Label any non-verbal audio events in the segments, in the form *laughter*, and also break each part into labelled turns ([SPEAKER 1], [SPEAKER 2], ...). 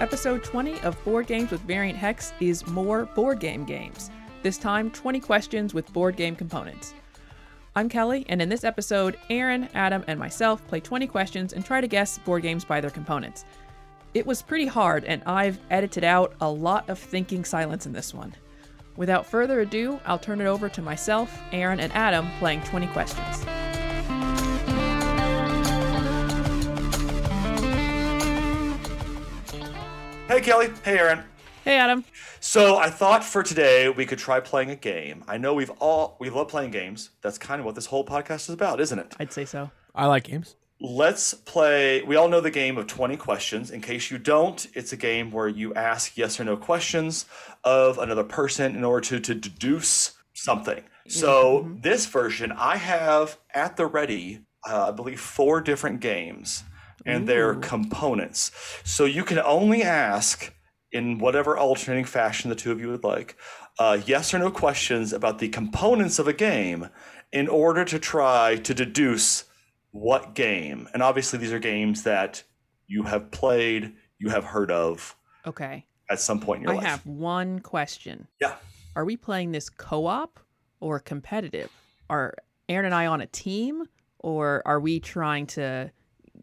[SPEAKER 1] Episode 20 of Board Games with Variant Hex is more board game games. This time, 20 questions with board game components. I'm Kelly, and in this episode, Aaron, Adam, and myself play 20 questions and try to guess board games by their components. It was pretty hard, and I've edited out a lot of thinking silence in this one. Without further ado, I'll turn it over to myself, Aaron, and Adam playing 20 questions.
[SPEAKER 2] Hey, Kelly. Hey, Aaron.
[SPEAKER 1] Hey, Adam.
[SPEAKER 2] So I thought for today we could try playing a game. I know we've all we love playing games. That's kind of what this whole podcast is about, isn't it?
[SPEAKER 1] I'd say so.
[SPEAKER 3] I like games.
[SPEAKER 2] Let's play. We all know the game of 20 questions. In case you don't, it's a game where you ask yes or no questions of another person in order to, to deduce something. So, this version, I have at the ready, uh, I believe, four different games and their components. So, you can only ask in whatever alternating fashion the two of you would like uh, yes or no questions about the components of a game in order to try to deduce what game? And obviously, these are games that you have played, you have heard of
[SPEAKER 1] Okay.
[SPEAKER 2] at some point in your
[SPEAKER 1] I
[SPEAKER 2] life.
[SPEAKER 1] have one question.
[SPEAKER 2] Yeah.
[SPEAKER 1] Are we playing this co op or competitive? Are Aaron and I on a team or are we trying to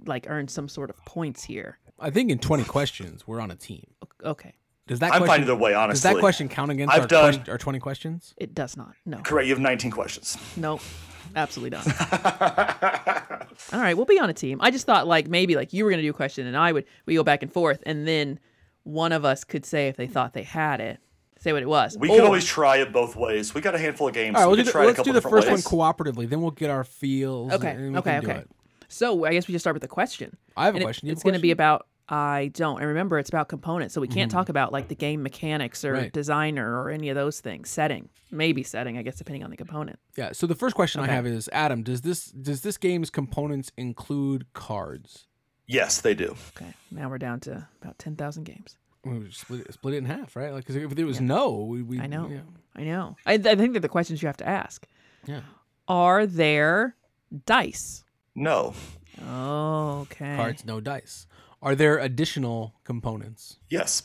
[SPEAKER 1] like earn some sort of points here?
[SPEAKER 3] I think in 20 questions, we're on a team.
[SPEAKER 1] O- Okay.
[SPEAKER 3] Does that
[SPEAKER 2] I'm fine
[SPEAKER 3] question,
[SPEAKER 2] either way, honestly.
[SPEAKER 3] Does that question count against
[SPEAKER 2] I've
[SPEAKER 3] our,
[SPEAKER 2] done-
[SPEAKER 3] quest- our 20 questions?
[SPEAKER 1] It does not. No.
[SPEAKER 2] Correct. You have 19 questions.
[SPEAKER 1] No. Absolutely not.
[SPEAKER 2] *laughs*
[SPEAKER 1] All right, we'll be on a team. I just thought like maybe like you were gonna do a question and I would we go back and forth and then one of us could say if they thought they had it, say what it was.
[SPEAKER 2] We can
[SPEAKER 1] Or-
[SPEAKER 2] always try it both ways. We got a handful of games.
[SPEAKER 3] Oh. All
[SPEAKER 2] so
[SPEAKER 3] right, we'll
[SPEAKER 2] we
[SPEAKER 3] do
[SPEAKER 2] can
[SPEAKER 3] the,
[SPEAKER 2] try it a
[SPEAKER 3] let's
[SPEAKER 2] couple
[SPEAKER 3] do the
[SPEAKER 2] different
[SPEAKER 3] first one
[SPEAKER 2] ways.
[SPEAKER 3] cooperatively. Then we'll get our feels.
[SPEAKER 1] Okay.
[SPEAKER 3] and we
[SPEAKER 1] Okay.
[SPEAKER 3] can do
[SPEAKER 1] Okay.
[SPEAKER 3] it.
[SPEAKER 1] So I guess we just start with the question.
[SPEAKER 3] I have a
[SPEAKER 1] And it-
[SPEAKER 3] question. You have
[SPEAKER 1] It's
[SPEAKER 3] a
[SPEAKER 1] going to be
[SPEAKER 3] question? Mm-hmm.
[SPEAKER 1] about I don't. And remember, it's about components, so we can't talk about like the game mechanics or
[SPEAKER 3] Right.
[SPEAKER 1] designer or any of those things. Setting, maybe setting, I guess, depending on the component.
[SPEAKER 3] Yeah. So the first question
[SPEAKER 1] Okay.
[SPEAKER 3] I have is Adam, does this does this game's components include cards?
[SPEAKER 2] Yes, they do.
[SPEAKER 1] Okay. Now we're down to about ten thousand games.
[SPEAKER 3] We would split it, split it in half, right? Like, 'cause if it was no, we, we
[SPEAKER 1] I know.
[SPEAKER 3] Yeah.
[SPEAKER 1] I know. I, I think that the questions you have to ask
[SPEAKER 3] yeah.
[SPEAKER 1] are there dice.
[SPEAKER 2] No.
[SPEAKER 1] Okay.
[SPEAKER 3] Cards, no dice. Are there additional components?
[SPEAKER 2] Yes.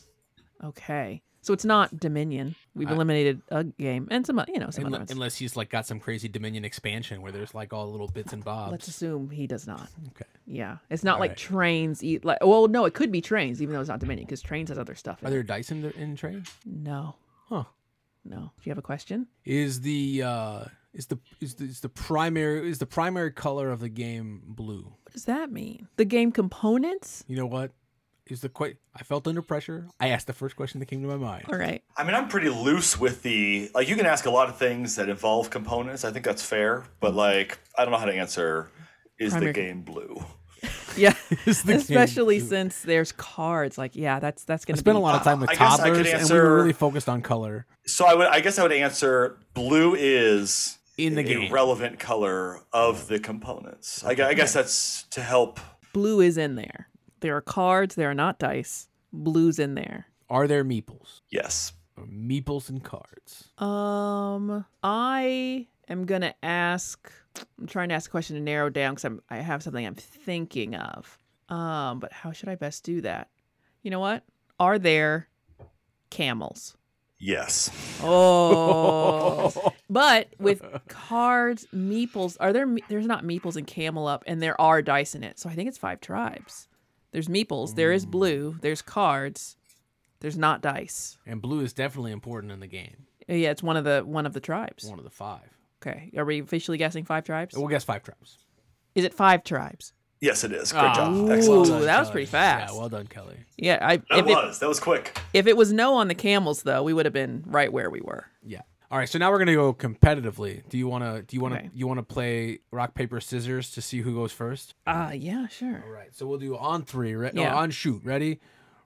[SPEAKER 1] Okay. So it's not Dominion. We've
[SPEAKER 3] I-
[SPEAKER 1] eliminated a game and some, o- you know, some other
[SPEAKER 3] Unle-
[SPEAKER 1] ones.
[SPEAKER 3] Unless he's like got some crazy Dominion expansion where there's like all little bits and bobs.
[SPEAKER 1] Let's assume he does not.
[SPEAKER 3] Okay.
[SPEAKER 1] Yeah, it's not
[SPEAKER 3] All
[SPEAKER 1] like
[SPEAKER 3] right.
[SPEAKER 1] trains. E- like, well, no, it could be trains, even though it's not Dominion, because trains has other stuff. In
[SPEAKER 3] Are
[SPEAKER 1] it.
[SPEAKER 3] there dice in the in trade?
[SPEAKER 1] No,
[SPEAKER 3] Huh.
[SPEAKER 1] no. Do you have a question?
[SPEAKER 3] Is the uh is the is the, is the primary is the primary color of the game blue?
[SPEAKER 1] What does that mean? The game components.
[SPEAKER 3] You know what? Is the que- I felt under pressure. I asked the first question that came to my mind.
[SPEAKER 1] All
[SPEAKER 3] *laughs*
[SPEAKER 1] right.
[SPEAKER 2] I mean, I'm pretty loose with the like. You can ask a lot of things that involve components. I think that's fair. But like, I don't know how to answer. Is
[SPEAKER 1] Primary-
[SPEAKER 2] the game blue?
[SPEAKER 1] Yeah,
[SPEAKER 3] Is the game
[SPEAKER 1] especially
[SPEAKER 3] blue?
[SPEAKER 1] since there's cards. Like, yeah, that's that's
[SPEAKER 3] I
[SPEAKER 1] gonna.
[SPEAKER 3] spent a
[SPEAKER 1] be-
[SPEAKER 3] lot of time with
[SPEAKER 2] I guess I could
[SPEAKER 3] toddlers, and we were
[SPEAKER 2] answer-
[SPEAKER 3] really focused on color.
[SPEAKER 2] So I would. I guess I would answer blue is
[SPEAKER 3] In the
[SPEAKER 2] a
[SPEAKER 3] game.
[SPEAKER 2] relevant color of the components. I, gu- I guess that's to help.
[SPEAKER 1] Blue is in there. There are cards. There are not dice. Blue's in there.
[SPEAKER 3] Are there meeples?
[SPEAKER 2] Yes.
[SPEAKER 3] Or meeples and cards.
[SPEAKER 1] Um, I am gonna ask. I'm trying to ask a question to narrow down because I'm I have something I'm thinking of. Um, but how should I best do that? You know what? Are there camels?
[SPEAKER 2] Yes.
[SPEAKER 1] Oh, *laughs* but with cards, meeples. Are there? me- There's not meeples in camel up, and there are dice in it. So I think it's five tribes. There's meeples. There is blue. There's cards. There's not dice.
[SPEAKER 3] And blue is definitely important in the game.
[SPEAKER 1] Yeah, it's one of the one of the tribes.
[SPEAKER 3] One of the five.
[SPEAKER 1] Okay. Are we officially guessing five tribes?
[SPEAKER 3] We'll guess five tribes.
[SPEAKER 1] Is it five tribes?
[SPEAKER 2] Yes, it is. Great
[SPEAKER 3] Ah.
[SPEAKER 2] job.
[SPEAKER 1] Ooh.
[SPEAKER 2] Excellent.
[SPEAKER 1] that was
[SPEAKER 3] Kelly.
[SPEAKER 1] pretty fast.
[SPEAKER 3] Yeah, well done, Kelly.
[SPEAKER 1] Yeah. I,
[SPEAKER 2] That
[SPEAKER 1] if, it,
[SPEAKER 2] was. that was quick.
[SPEAKER 1] if it was no on the camels, though, we would have been right where we were.
[SPEAKER 3] Yeah. All right. So now we're gonna go competitively. Do you wanna do you wanna
[SPEAKER 1] Okay.
[SPEAKER 3] you wanna play rock paper scissors to see who goes first?
[SPEAKER 1] Ah, yeah, sure.
[SPEAKER 3] All right. So we'll do on three. Re-
[SPEAKER 1] Yeah.
[SPEAKER 3] No, on shoot. Ready?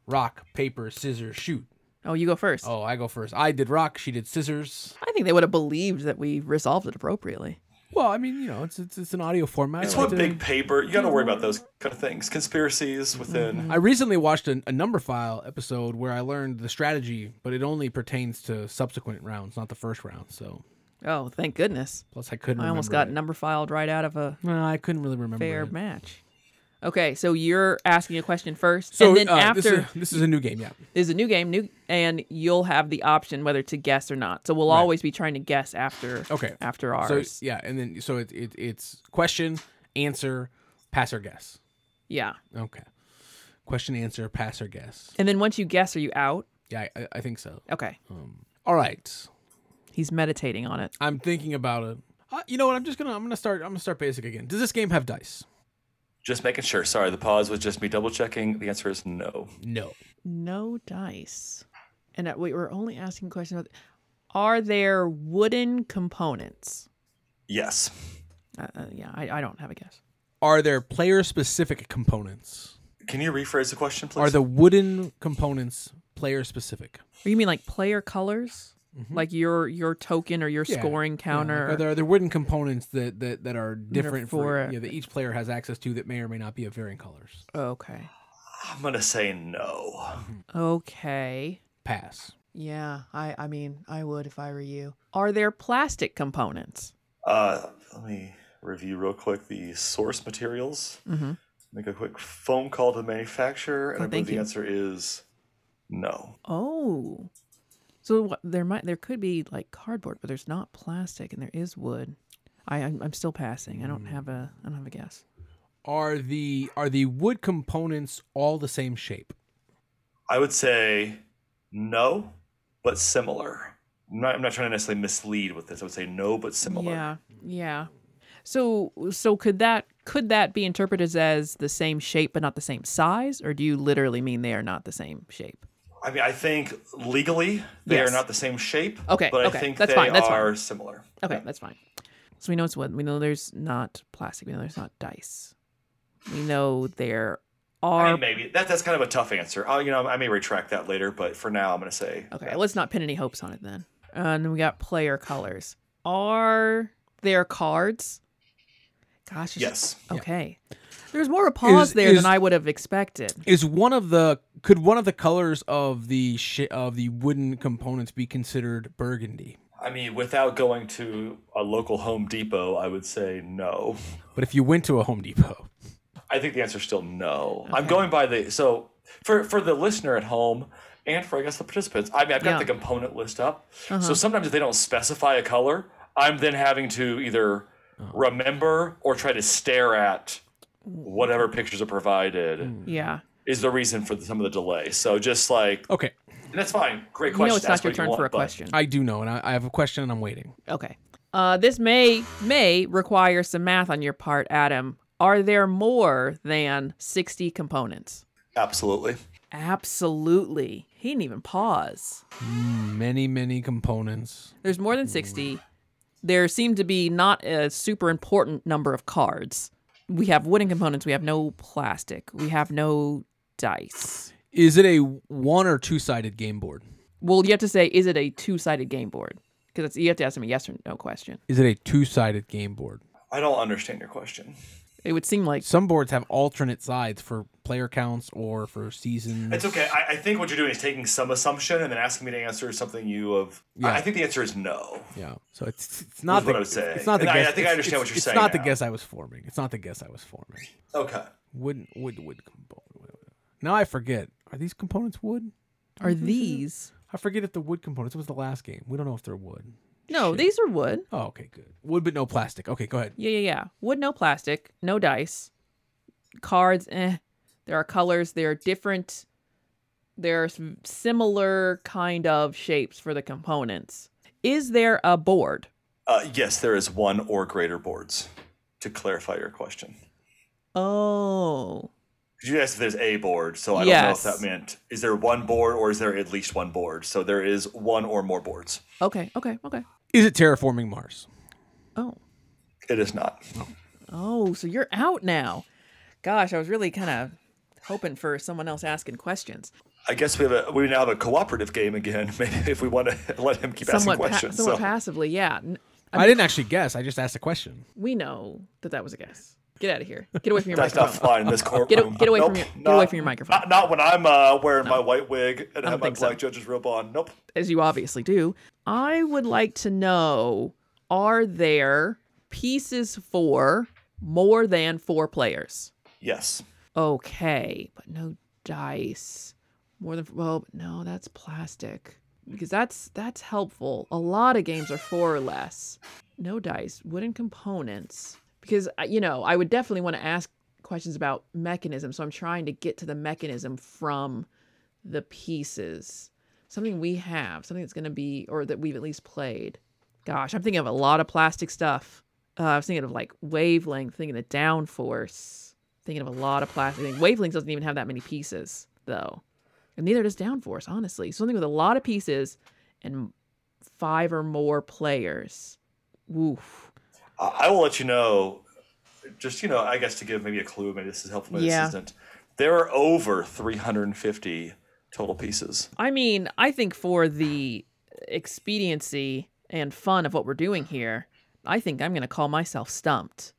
[SPEAKER 3] Rock paper scissors shoot.
[SPEAKER 1] Oh, you go first.
[SPEAKER 3] Oh, I go first. I did rock. She did scissors.
[SPEAKER 1] I think they would have believed that we resolved it appropriately.
[SPEAKER 3] Well, I mean, you know, it's it's, it's an audio format.
[SPEAKER 2] It's
[SPEAKER 3] I like Mm-hmm.
[SPEAKER 2] one
[SPEAKER 3] to-
[SPEAKER 2] big paper. You got to worry about those kind of things. Conspiracies within.
[SPEAKER 3] I recently watched a, a number file episode where I learned the strategy, but it only pertains to subsequent rounds, not the first round. So
[SPEAKER 1] Oh, thank goodness.
[SPEAKER 3] plus I couldn't.
[SPEAKER 1] I almost got
[SPEAKER 3] remember
[SPEAKER 1] number filed right out of a
[SPEAKER 3] it. No, I couldn't really remember.
[SPEAKER 1] fair
[SPEAKER 3] it.
[SPEAKER 1] match. Okay, so you're asking a question first,
[SPEAKER 3] So
[SPEAKER 1] and then
[SPEAKER 3] uh,
[SPEAKER 1] after
[SPEAKER 3] this, is, this is a new game, yeah.
[SPEAKER 1] is a new game, new, and you'll have the option whether to guess or not. So we'll always be trying to guess after.
[SPEAKER 3] Okay.
[SPEAKER 1] After
[SPEAKER 3] So
[SPEAKER 1] ours.
[SPEAKER 3] yeah, and then so it, it it's question, answer, pass or guess.
[SPEAKER 1] yeah.
[SPEAKER 3] Okay. Question, answer, pass or guess.
[SPEAKER 1] And then once you guess, are you out?
[SPEAKER 3] Yeah, I, I think so.
[SPEAKER 1] Okay.
[SPEAKER 3] All right.
[SPEAKER 1] He's meditating on it.
[SPEAKER 3] I'm thinking about it. Uh, you know what? I'm just gonna I'm gonna start I'm gonna start basic again. Does this game have dice?
[SPEAKER 2] Just making sure. Sorry, the pause was just me double checking. The answer is no.
[SPEAKER 3] No.
[SPEAKER 1] No dice. And uh, we were only asking questions about. Are there wooden components?
[SPEAKER 2] Yes.
[SPEAKER 1] Uh, uh, yeah, I, I don't have a guess.
[SPEAKER 3] Are there player specific components?
[SPEAKER 2] Can you rephrase the question, please?
[SPEAKER 3] Are the wooden components player specific?
[SPEAKER 1] Or you mean like player colors, like your your token or your
[SPEAKER 3] Mm-hmm. Yeah,
[SPEAKER 1] scoring
[SPEAKER 3] Yeah, like,
[SPEAKER 1] counter?
[SPEAKER 3] are there are there wooden components that that, that are different for
[SPEAKER 1] for-
[SPEAKER 3] yeah that each player has access to that may or may not be of varying colors?
[SPEAKER 1] Okay.
[SPEAKER 2] I'm gonna say no.
[SPEAKER 1] Okay.
[SPEAKER 3] Pass.
[SPEAKER 1] Yeah, I I mean, I would if I were you. Are there plastic components?
[SPEAKER 2] Uh, let me review real quick the source materials.
[SPEAKER 1] Mm-hmm.
[SPEAKER 2] Make a quick phone call to the manufacturer, and
[SPEAKER 1] Oh,
[SPEAKER 2] I believe
[SPEAKER 1] thank
[SPEAKER 2] the
[SPEAKER 1] you.
[SPEAKER 2] answer is no.
[SPEAKER 1] Oh. So what- there might there could be like cardboard, but there's not plastic and there is wood. I I'm, I'm still passing. I don't have a I don't have a guess.
[SPEAKER 3] Are the are the wood components all the same shape?
[SPEAKER 2] I would say no, but similar. I'm not, I'm not trying to necessarily mislead with this. I would say no, but similar.
[SPEAKER 1] Yeah. Yeah. So so could that could that be interpreted as the same shape but not the same size or do you literally mean they are not the same shape?
[SPEAKER 2] I mean, I think legally they
[SPEAKER 1] Yes.
[SPEAKER 2] are not the same shape.
[SPEAKER 1] Okay,
[SPEAKER 2] but
[SPEAKER 1] okay,
[SPEAKER 2] I think
[SPEAKER 1] that's
[SPEAKER 2] they
[SPEAKER 1] fine, that's fine.
[SPEAKER 2] are similar.
[SPEAKER 1] Okay, that's fine. So we know it's wood. We know there's not plastic. We know there's not dice. We know there
[SPEAKER 2] I
[SPEAKER 1] are.
[SPEAKER 2] mean, maybe that, that's kind of a tough answer. i you know, I may retract that later, but for now, I'm going to say
[SPEAKER 1] okay, let's not pin any hopes on it then. Uh, and then we got player colors. Are there cards? Gosh. it's-
[SPEAKER 2] yes.
[SPEAKER 1] Okay. There's more of a pause
[SPEAKER 3] Is-
[SPEAKER 1] there
[SPEAKER 3] is-
[SPEAKER 1] than I would have expected.
[SPEAKER 3] Is one of the could one of the colors of the sh- of the wooden components be considered burgundy?
[SPEAKER 2] I mean, without going to a local Home Depot, I would say no.
[SPEAKER 3] But if you went to a Home Depot, *laughs*
[SPEAKER 2] I think the answer is still no. I'm going by the so for for the listener at home and for I guess the participants. I mean, I've got
[SPEAKER 1] Yeah. Uh-huh.
[SPEAKER 2] the component list up. So sometimes if they don't specify a color, I'm then having to either
[SPEAKER 1] Oh.
[SPEAKER 2] remember or try to stare at
[SPEAKER 1] Mm.
[SPEAKER 2] whatever pictures are provided.
[SPEAKER 1] Yeah.
[SPEAKER 2] Is the reason for the, some of the delay. So just like
[SPEAKER 3] okay,
[SPEAKER 2] and that's fine. Great
[SPEAKER 1] You
[SPEAKER 2] question.
[SPEAKER 1] know it's not
[SPEAKER 2] Ask
[SPEAKER 1] your
[SPEAKER 2] what you
[SPEAKER 1] turn
[SPEAKER 2] want,
[SPEAKER 1] for a
[SPEAKER 2] but-
[SPEAKER 1] question.
[SPEAKER 3] I do know, and I, I have a question, and I'm waiting.
[SPEAKER 1] Okay. Uh, this may may require some math on your part, Adam. Are there more than 60 components?
[SPEAKER 2] Absolutely.
[SPEAKER 1] Absolutely. He didn't even pause.
[SPEAKER 3] Many many components.
[SPEAKER 1] There's more than 60. There seem to be not a super important number of cards. We have wooden components. We have no plastic. We have no dice.
[SPEAKER 3] Is it a one or two sided game board?
[SPEAKER 1] Well, you have to say, is it a two sided game board? Because you have to ask them a yes or no question.
[SPEAKER 3] Is it a two sided game board?
[SPEAKER 2] I don't understand your question.
[SPEAKER 1] It would seem like
[SPEAKER 3] Some boards have alternate sides for player counts or for seasons.
[SPEAKER 2] It's okay. I, I think what you're doing is taking some assumption and then asking me to answer something you have.
[SPEAKER 3] Yeah.
[SPEAKER 2] I, I think the answer is no.
[SPEAKER 3] Yeah. So it's it's
[SPEAKER 2] That's
[SPEAKER 3] not the
[SPEAKER 2] what I was saying.
[SPEAKER 3] it's not
[SPEAKER 2] And
[SPEAKER 3] the
[SPEAKER 2] I- I
[SPEAKER 3] guess.
[SPEAKER 2] think I
[SPEAKER 3] it's-
[SPEAKER 2] understand
[SPEAKER 3] it's-
[SPEAKER 2] what you're
[SPEAKER 3] it's
[SPEAKER 2] saying
[SPEAKER 3] not the
[SPEAKER 2] now.
[SPEAKER 3] guess I was forming. It's not the guess I was forming.
[SPEAKER 2] Okay.
[SPEAKER 3] Wood wood wood component. Now I forget. Are these components wood?
[SPEAKER 1] are these?
[SPEAKER 3] I forget if the wood components it was the last game. We don't know if they're wood.
[SPEAKER 1] No, these are wood.
[SPEAKER 3] Oh, okay, good. Wood but no plastic. Okay, go ahead.
[SPEAKER 1] Yeah, yeah, yeah. Wood, no plastic, no dice, cards. Eh. There are colors. There are different. There are s- similar kind of shapes for the components. Is there a board?
[SPEAKER 2] Uh, yes, there is one or greater boards. To clarify your question,
[SPEAKER 1] Oh,
[SPEAKER 2] 'Cause you asked if there's a board, so I
[SPEAKER 1] Yes.
[SPEAKER 2] don't know if that meant is there one board or is there at least one board. So there is one or more boards.
[SPEAKER 1] okay, okay, okay.
[SPEAKER 3] Is it terraforming Mars?
[SPEAKER 1] Oh,
[SPEAKER 2] It is not.
[SPEAKER 1] oh. So you're out now. Gosh, I was really kind of hoping for someone else asking questions.
[SPEAKER 2] I guess we have a we now have a cooperative game again. *laughs* Maybe if we want to let him keep
[SPEAKER 1] Somewhat,
[SPEAKER 2] asking
[SPEAKER 1] pa-
[SPEAKER 2] questions.
[SPEAKER 1] somewhat
[SPEAKER 2] so.
[SPEAKER 1] passively. Yeah, N-
[SPEAKER 3] I didn't actually guess. I just asked a question.
[SPEAKER 1] we know that that was a guess. Get out of here. Get away from your
[SPEAKER 2] that's
[SPEAKER 1] microphone.
[SPEAKER 2] not fine in this courtroom.
[SPEAKER 1] get away
[SPEAKER 2] nope,
[SPEAKER 1] from your- get
[SPEAKER 2] not-
[SPEAKER 1] away from your microphone.
[SPEAKER 2] Not, not when I'm uh, wearing my white wig and have my
[SPEAKER 1] think so.
[SPEAKER 2] black judge's robe on. Nope.
[SPEAKER 1] as you obviously do, I would like to know are there pieces for more than four players?
[SPEAKER 2] Yes.
[SPEAKER 1] Okay, but no dice. More than well, no, that's plastic because that's that's helpful. A lot of games are four or less. No dice, wooden components. Because I- you know, I would definitely want to ask questions about mechanism. So I'm trying to get to the mechanism from the pieces. Something we have, something that's going to be, or that we've at least played. Gosh, I'm thinking of a lot of plastic stuff. Uh, I was thinking of like wavelength, thinking of downforce, thinking of a lot of plastic. Things. Wavelength doesn't even have that many pieces, though. And neither does downforce, honestly. Something with a lot of pieces and five or more players. Woof.
[SPEAKER 2] I I will let you know, just, you know, I guess to give maybe a clue, maybe this is helpful, maybe
[SPEAKER 1] Yeah.
[SPEAKER 2] this isn't. There are over 350 total pieces.
[SPEAKER 1] I mean, I think for the expediency and fun of what we're doing here, I think I'm going to call myself stumped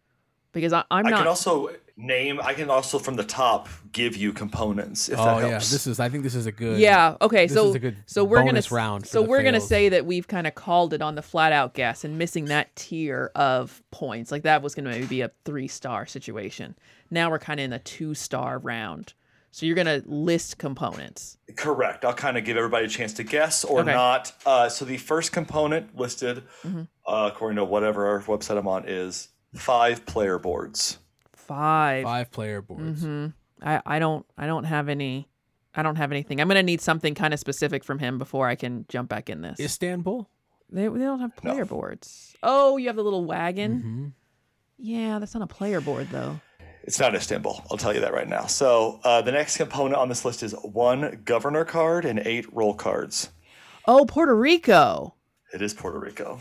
[SPEAKER 1] because I, I'm
[SPEAKER 2] i
[SPEAKER 1] not.
[SPEAKER 2] can also name, I can also from the top give you components if
[SPEAKER 3] oh
[SPEAKER 2] that
[SPEAKER 3] yeah,
[SPEAKER 2] helps.
[SPEAKER 3] this is. I think this is a good.
[SPEAKER 1] yeah. Okay.
[SPEAKER 3] This
[SPEAKER 1] so
[SPEAKER 3] is a good
[SPEAKER 1] so we're gonna
[SPEAKER 3] bonus
[SPEAKER 1] s-
[SPEAKER 3] round for
[SPEAKER 1] So
[SPEAKER 3] the
[SPEAKER 1] we're gonna
[SPEAKER 3] fails.
[SPEAKER 1] say that we've kind of called it on the flat out guess and missing that tier of points. Like that was gonna maybe be a three star situation. Now we're kind of in a two star round. So you're gonna list components.
[SPEAKER 2] Correct. I'll kind of give everybody a chance to guess or
[SPEAKER 1] Okay. Mm-hmm.
[SPEAKER 2] not. Uh, so the first component listed, uh, according to whatever website I'm on, is five player boards.
[SPEAKER 1] Five.
[SPEAKER 3] Five player boards.
[SPEAKER 1] Mhm. I I don't I don't have any. I don't have anything. I'm gonna need something kind of specific from him before I can jump back in this.
[SPEAKER 3] Istanbul.
[SPEAKER 1] They, they don't have player boards. Oh, you have the little wagon.
[SPEAKER 3] Mhm.
[SPEAKER 1] Yeah, that's not a player board though.
[SPEAKER 2] It's not Istanbul. I'll tell you that right now. So uh, the next component on this list is one governor card and eight roll cards.
[SPEAKER 1] Oh, Puerto Rico.
[SPEAKER 2] It is Puerto Rico.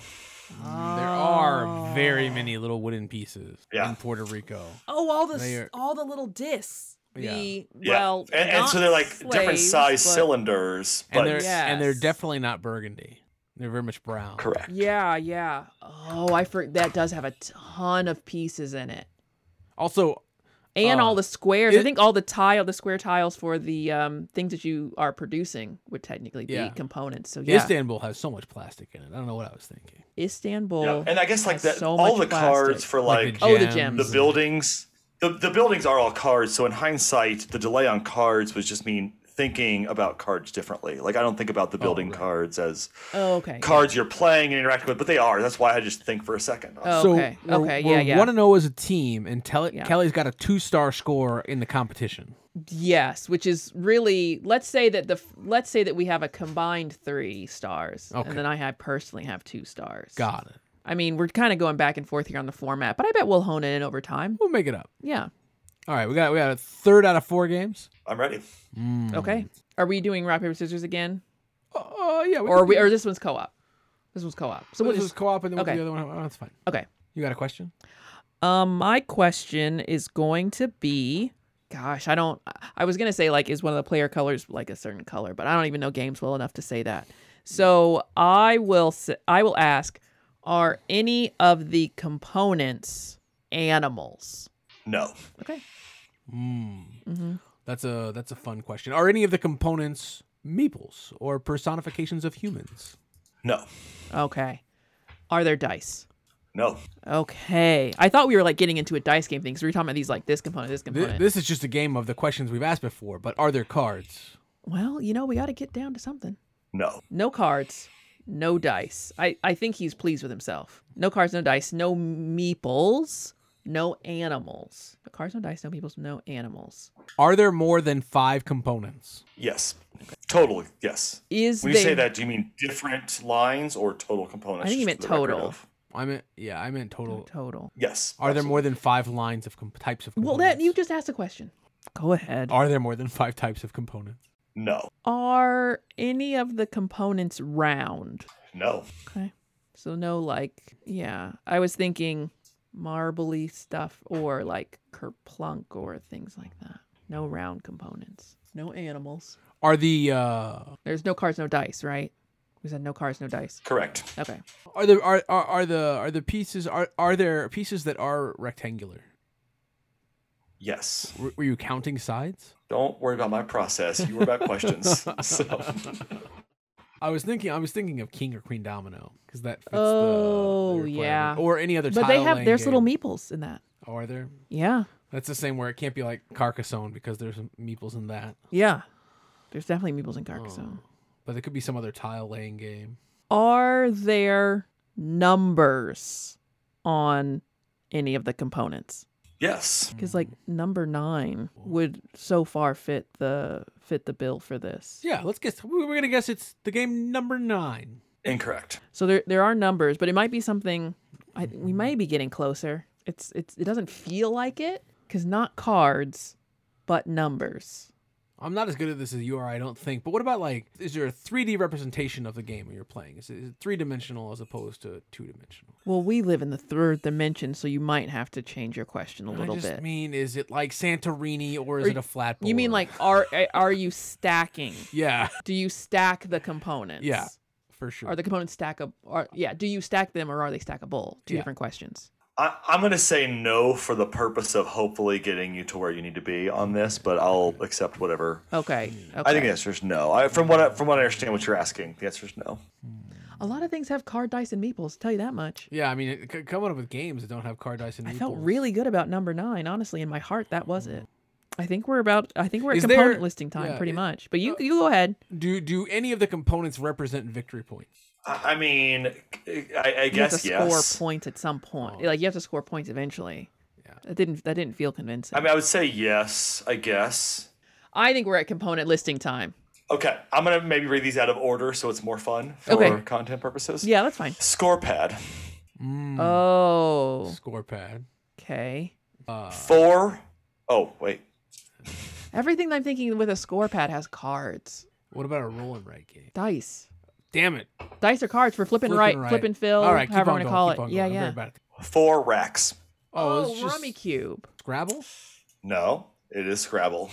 [SPEAKER 1] Oh.
[SPEAKER 3] There are very many little wooden pieces
[SPEAKER 2] Yeah.
[SPEAKER 3] in Puerto Rico.
[SPEAKER 1] Oh, all the s-
[SPEAKER 3] They are-
[SPEAKER 1] all the little discs.
[SPEAKER 3] Yeah.
[SPEAKER 1] The
[SPEAKER 2] Yeah.
[SPEAKER 1] well,
[SPEAKER 2] and, and so
[SPEAKER 1] not
[SPEAKER 2] they're like different
[SPEAKER 1] slaves,
[SPEAKER 2] size
[SPEAKER 1] but-
[SPEAKER 2] cylinders,
[SPEAKER 3] And
[SPEAKER 2] but
[SPEAKER 3] they're and they're
[SPEAKER 1] Yes.
[SPEAKER 3] definitely not burgundy. They're very much brown.
[SPEAKER 2] correct.
[SPEAKER 1] Yeah, yeah. Oh, I for that does have a ton of pieces in it,
[SPEAKER 3] Also,
[SPEAKER 1] and
[SPEAKER 3] Uh,
[SPEAKER 1] all the squares. I
[SPEAKER 3] it-
[SPEAKER 1] think all the tile, the square tiles for the um things that you are producing would technically be
[SPEAKER 3] Yeah.
[SPEAKER 1] components. So yeah,
[SPEAKER 3] Istanbul has so much plastic in it. I don't know what I was thinking.
[SPEAKER 1] Istanbul.
[SPEAKER 2] Yeah. And I guess like
[SPEAKER 1] has
[SPEAKER 2] that,
[SPEAKER 1] so
[SPEAKER 2] all
[SPEAKER 1] much
[SPEAKER 2] the cards
[SPEAKER 1] plastic.
[SPEAKER 2] for
[SPEAKER 3] Like,
[SPEAKER 2] like,
[SPEAKER 3] the
[SPEAKER 1] Oh, the
[SPEAKER 3] gems.
[SPEAKER 1] gems.
[SPEAKER 2] the buildings the, the buildings are all cards so in hindsight the delay on cards was just mean thinking about cards differently like i don't think about the building cards as
[SPEAKER 1] Oh, okay.
[SPEAKER 2] cards you're playing and interacting with but they are that's why i just think for a second
[SPEAKER 1] Oh,
[SPEAKER 3] So
[SPEAKER 1] okay.
[SPEAKER 3] we're-
[SPEAKER 1] Okay,
[SPEAKER 3] we're
[SPEAKER 1] yeah, yeah.
[SPEAKER 3] One to know as a team, and tell
[SPEAKER 1] Yeah.
[SPEAKER 3] Kelly's got a two-star score in the competition.
[SPEAKER 1] Yes, which is really let's say that the f- let's say that we have a combined three stars,
[SPEAKER 3] Okay.
[SPEAKER 1] and then I have personally have two stars.
[SPEAKER 3] Got it.
[SPEAKER 1] I mean, we're kind of going back and forth here on the format, but I bet we'll hone it in over time.
[SPEAKER 3] We'll make it up.
[SPEAKER 1] Yeah.
[SPEAKER 3] All right, we got we got a third out of four games. Mm.
[SPEAKER 2] i'm ready
[SPEAKER 1] Okay. Are we doing rock paper scissors again,
[SPEAKER 3] Oh yeah, we
[SPEAKER 1] or
[SPEAKER 3] could
[SPEAKER 1] are we
[SPEAKER 3] do-
[SPEAKER 1] or this one's co-op? This one's co-op. So we'll
[SPEAKER 3] this is
[SPEAKER 1] just
[SPEAKER 3] co-op and then
[SPEAKER 1] okay.
[SPEAKER 3] we'll do the other one. Oh, that's fine.
[SPEAKER 1] okay.
[SPEAKER 3] You got a question?
[SPEAKER 1] Um, my question is going to be, gosh, I don't. I- I was gonna say like, is one of the player colors like a certain color, but I don't even know games well enough to say that. So I will. s- I will ask, are any of the components animals?
[SPEAKER 2] no
[SPEAKER 1] Okay.
[SPEAKER 3] Mm.
[SPEAKER 1] Mm-hmm.
[SPEAKER 3] That's a that's a fun question. Are any of the components meeples or personifications of humans?
[SPEAKER 2] no
[SPEAKER 1] Okay. Are there dice?
[SPEAKER 2] no
[SPEAKER 1] Okay. I thought we were like getting into a dice game thing because we were talking about these like this component, this
[SPEAKER 3] Th-
[SPEAKER 1] component.
[SPEAKER 3] This is just a game of the questions we've asked before. But are there cards?
[SPEAKER 1] Well, you know, we got to get down to something.
[SPEAKER 2] no
[SPEAKER 1] No cards, no dice. I, I think he's pleased with himself. No cards, no dice, no meeples, no animals. No cards, no dice, no meeples, no animals.
[SPEAKER 3] Are there more than five components?
[SPEAKER 2] yes totally yes
[SPEAKER 1] Is
[SPEAKER 2] when you
[SPEAKER 1] there...
[SPEAKER 2] say that do you mean different lines or total components
[SPEAKER 1] I think you
[SPEAKER 2] just
[SPEAKER 1] meant
[SPEAKER 2] for the record
[SPEAKER 1] total.
[SPEAKER 2] of-
[SPEAKER 3] I meant yeah, I meant total.
[SPEAKER 1] total?
[SPEAKER 2] yes
[SPEAKER 3] Are there more than five lines of com- types of?
[SPEAKER 1] Well,
[SPEAKER 3] Components?
[SPEAKER 1] that you just asked a question. Go ahead.
[SPEAKER 3] Are there more than five types of components?
[SPEAKER 2] no
[SPEAKER 1] Are any of the components round?
[SPEAKER 2] no
[SPEAKER 1] Okay. So no like yeah. I was thinking marbly stuff or like kerplunk or things like that. No round components. No animals.
[SPEAKER 3] Are the uh,
[SPEAKER 1] There's no cards, no dice, right? We said no cards, no dice.
[SPEAKER 2] correct
[SPEAKER 1] Okay.
[SPEAKER 3] are the are, are are the are the pieces are are there pieces that are rectangular?
[SPEAKER 2] yes
[SPEAKER 3] Were, were you counting sides?
[SPEAKER 2] don't worry about my process you were
[SPEAKER 1] *laughs*
[SPEAKER 2] about questions so
[SPEAKER 3] I was thinking I was thinking of king or queen domino because that fits the- the
[SPEAKER 1] Oh,
[SPEAKER 3] requirement.
[SPEAKER 1] yeah.
[SPEAKER 3] or any other
[SPEAKER 1] But they
[SPEAKER 3] tile
[SPEAKER 1] have
[SPEAKER 3] laying
[SPEAKER 1] there's little
[SPEAKER 3] game.
[SPEAKER 1] meeples in that.
[SPEAKER 3] Oh, are there?
[SPEAKER 1] Yeah.
[SPEAKER 3] That's the same where it can't be like Carcassonne because there's meeples in that. Oh.
[SPEAKER 1] Yeah. There's definitely meeples in Carcassonne.
[SPEAKER 3] But it could be some other tile laying game.
[SPEAKER 1] Are there numbers on any of the components?
[SPEAKER 2] Yes.
[SPEAKER 1] Because like
[SPEAKER 3] Mm.
[SPEAKER 1] number nine would so far fit the fit the bill for this.
[SPEAKER 3] Yeah, let's guess. we- We're gonna guess it's the game number nine.
[SPEAKER 2] Incorrect.
[SPEAKER 1] So there there are numbers, but it might be something. I, we may be getting closer. It's it's it doesn't feel like it because not cards, but numbers.
[SPEAKER 3] I'm not as good at this as you are, I don't think. But what about like, is there a 3D representation of the game you're playing? Is it, is it three dimensional as opposed to two dimensional?
[SPEAKER 1] Well, we live in the third dimension, so you might have to change your question a
[SPEAKER 3] I
[SPEAKER 1] little
[SPEAKER 3] just
[SPEAKER 1] bit.
[SPEAKER 3] mean, is it like Santorini or is
[SPEAKER 1] Or
[SPEAKER 3] it a flat?
[SPEAKER 1] you mean
[SPEAKER 3] board?
[SPEAKER 1] like are are you stacking? *laughs*
[SPEAKER 3] Yeah,
[SPEAKER 1] Do you stack the components?
[SPEAKER 3] Yeah. for sure.
[SPEAKER 1] Are the components stack up? Are yeah? Do you stack them or are they stackable? Two
[SPEAKER 3] Yeah.
[SPEAKER 1] different questions.
[SPEAKER 2] I, I'm going to say no for the purpose of hopefully getting you to where you need to be on this, but I'll accept whatever.
[SPEAKER 1] Okay. okay.
[SPEAKER 2] I think the answer is no. I, from what I, from what I understand, what you're asking, the answer is no.
[SPEAKER 1] a lot of things have card dice and meeples. Tell you that much.
[SPEAKER 3] yeah, I mean, it, c- coming up with games that don't have card dice and
[SPEAKER 1] I felt
[SPEAKER 3] meeples.
[SPEAKER 1] really good about number nine, honestly. In my heart, that was it. I think we're about. I think we're at
[SPEAKER 3] Mm-hmm. Is
[SPEAKER 1] component
[SPEAKER 3] there-
[SPEAKER 1] listing time,
[SPEAKER 3] yeah, Uh,
[SPEAKER 1] pretty
[SPEAKER 3] it-
[SPEAKER 1] much. But you you go ahead.
[SPEAKER 3] Do do any of the components represent victory points?
[SPEAKER 2] I, I mean, I, I
[SPEAKER 1] You have
[SPEAKER 2] guess
[SPEAKER 1] to
[SPEAKER 2] yes.
[SPEAKER 1] score points at some point. Like you have to score points eventually.
[SPEAKER 3] Oh. Yeah.
[SPEAKER 1] That didn't that didn't feel convincing.
[SPEAKER 2] I mean, I would say yes. I guess.
[SPEAKER 1] I think we're at component listing time.
[SPEAKER 2] Okay, I'm gonna maybe read these out of order so it's more fun for
[SPEAKER 1] Okay.
[SPEAKER 2] content purposes.
[SPEAKER 1] Yeah, that's fine.
[SPEAKER 2] Score pad.
[SPEAKER 1] Oh,
[SPEAKER 3] Hmm, Score pad. Uh,
[SPEAKER 1] okay.
[SPEAKER 2] Four. Oh wait.
[SPEAKER 1] Everything I'm thinking with a score pad has cards,
[SPEAKER 3] What about a roll and write game?
[SPEAKER 1] dice,
[SPEAKER 3] Damn it!
[SPEAKER 1] dice or cards for flipping
[SPEAKER 3] Flip
[SPEAKER 1] right,
[SPEAKER 3] and
[SPEAKER 1] flip and fill,
[SPEAKER 3] All right, keep
[SPEAKER 1] however
[SPEAKER 3] on
[SPEAKER 1] I'm
[SPEAKER 3] going,
[SPEAKER 1] gonna call
[SPEAKER 3] keep
[SPEAKER 1] it. yeah,
[SPEAKER 3] on going. I'm
[SPEAKER 1] yeah.
[SPEAKER 3] very bad at-
[SPEAKER 2] Four racks.
[SPEAKER 3] Oh, it's just
[SPEAKER 1] Rummy Cube,
[SPEAKER 3] Scrabble.
[SPEAKER 2] No, it is Scrabble.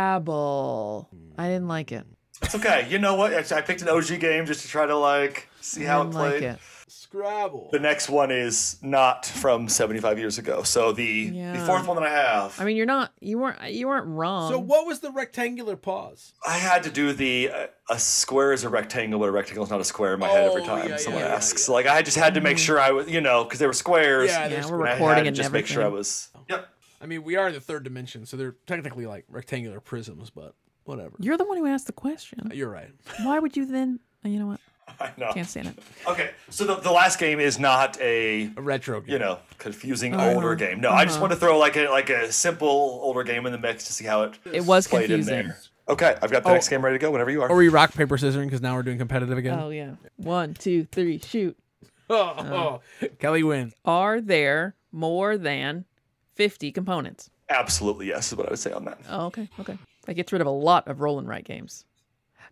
[SPEAKER 1] Scrabble. I didn't like it.
[SPEAKER 2] It's okay. You know what? Actually, I picked an OG game just to try to like see how it
[SPEAKER 1] didn't like
[SPEAKER 2] played.
[SPEAKER 1] it.
[SPEAKER 3] Scrabble.
[SPEAKER 2] The next one is not from 75 years ago. So the the
[SPEAKER 1] Yeah.
[SPEAKER 2] fourth one that I have,
[SPEAKER 1] I mean, you're not, you weren't, you weren't wrong.
[SPEAKER 3] So what was the rectangular pause?
[SPEAKER 2] I had to do the uh, a square is a rectangle, but a rectangle is not a square in my head every
[SPEAKER 3] Oh,
[SPEAKER 2] time
[SPEAKER 3] yeah,
[SPEAKER 2] someone
[SPEAKER 3] yeah, yeah,
[SPEAKER 2] asks. Like I just had to make sure I was, you know, because they were squares.
[SPEAKER 3] Yeah,
[SPEAKER 1] Yeah,
[SPEAKER 3] there's
[SPEAKER 1] we're
[SPEAKER 2] and I had
[SPEAKER 1] recording
[SPEAKER 2] to
[SPEAKER 1] and
[SPEAKER 2] just
[SPEAKER 1] everything.
[SPEAKER 2] make sure I was.
[SPEAKER 3] Oh.
[SPEAKER 2] Yep. *laughs*
[SPEAKER 3] I mean, we are in the third dimension, so they're technically like rectangular prisms, but whatever.
[SPEAKER 1] You're the one who asked the question.
[SPEAKER 3] You're right.
[SPEAKER 1] Why would you then? oh, You know what?
[SPEAKER 2] I know.
[SPEAKER 1] Can't stand it.
[SPEAKER 2] Okay, so the, the last game is not a
[SPEAKER 3] A retro game.
[SPEAKER 2] you know confusing
[SPEAKER 1] Uh-huh.
[SPEAKER 2] older game. No, I just want to throw like a like a simple older game in the mix to see how it
[SPEAKER 1] It was
[SPEAKER 2] played in
[SPEAKER 1] confusing.
[SPEAKER 2] there. Okay, I've got the next game ready to go whenever you are.
[SPEAKER 3] Are we rock paper scissoring? Because now we're doing competitive again.
[SPEAKER 1] Oh yeah. One, two, three, shoot.
[SPEAKER 3] Oh, Kelly wins.
[SPEAKER 1] Are there more than 50 components?
[SPEAKER 2] Absolutely yes is what I would say on that.
[SPEAKER 1] Oh, okay, okay. That gets rid of a lot of roll and write games,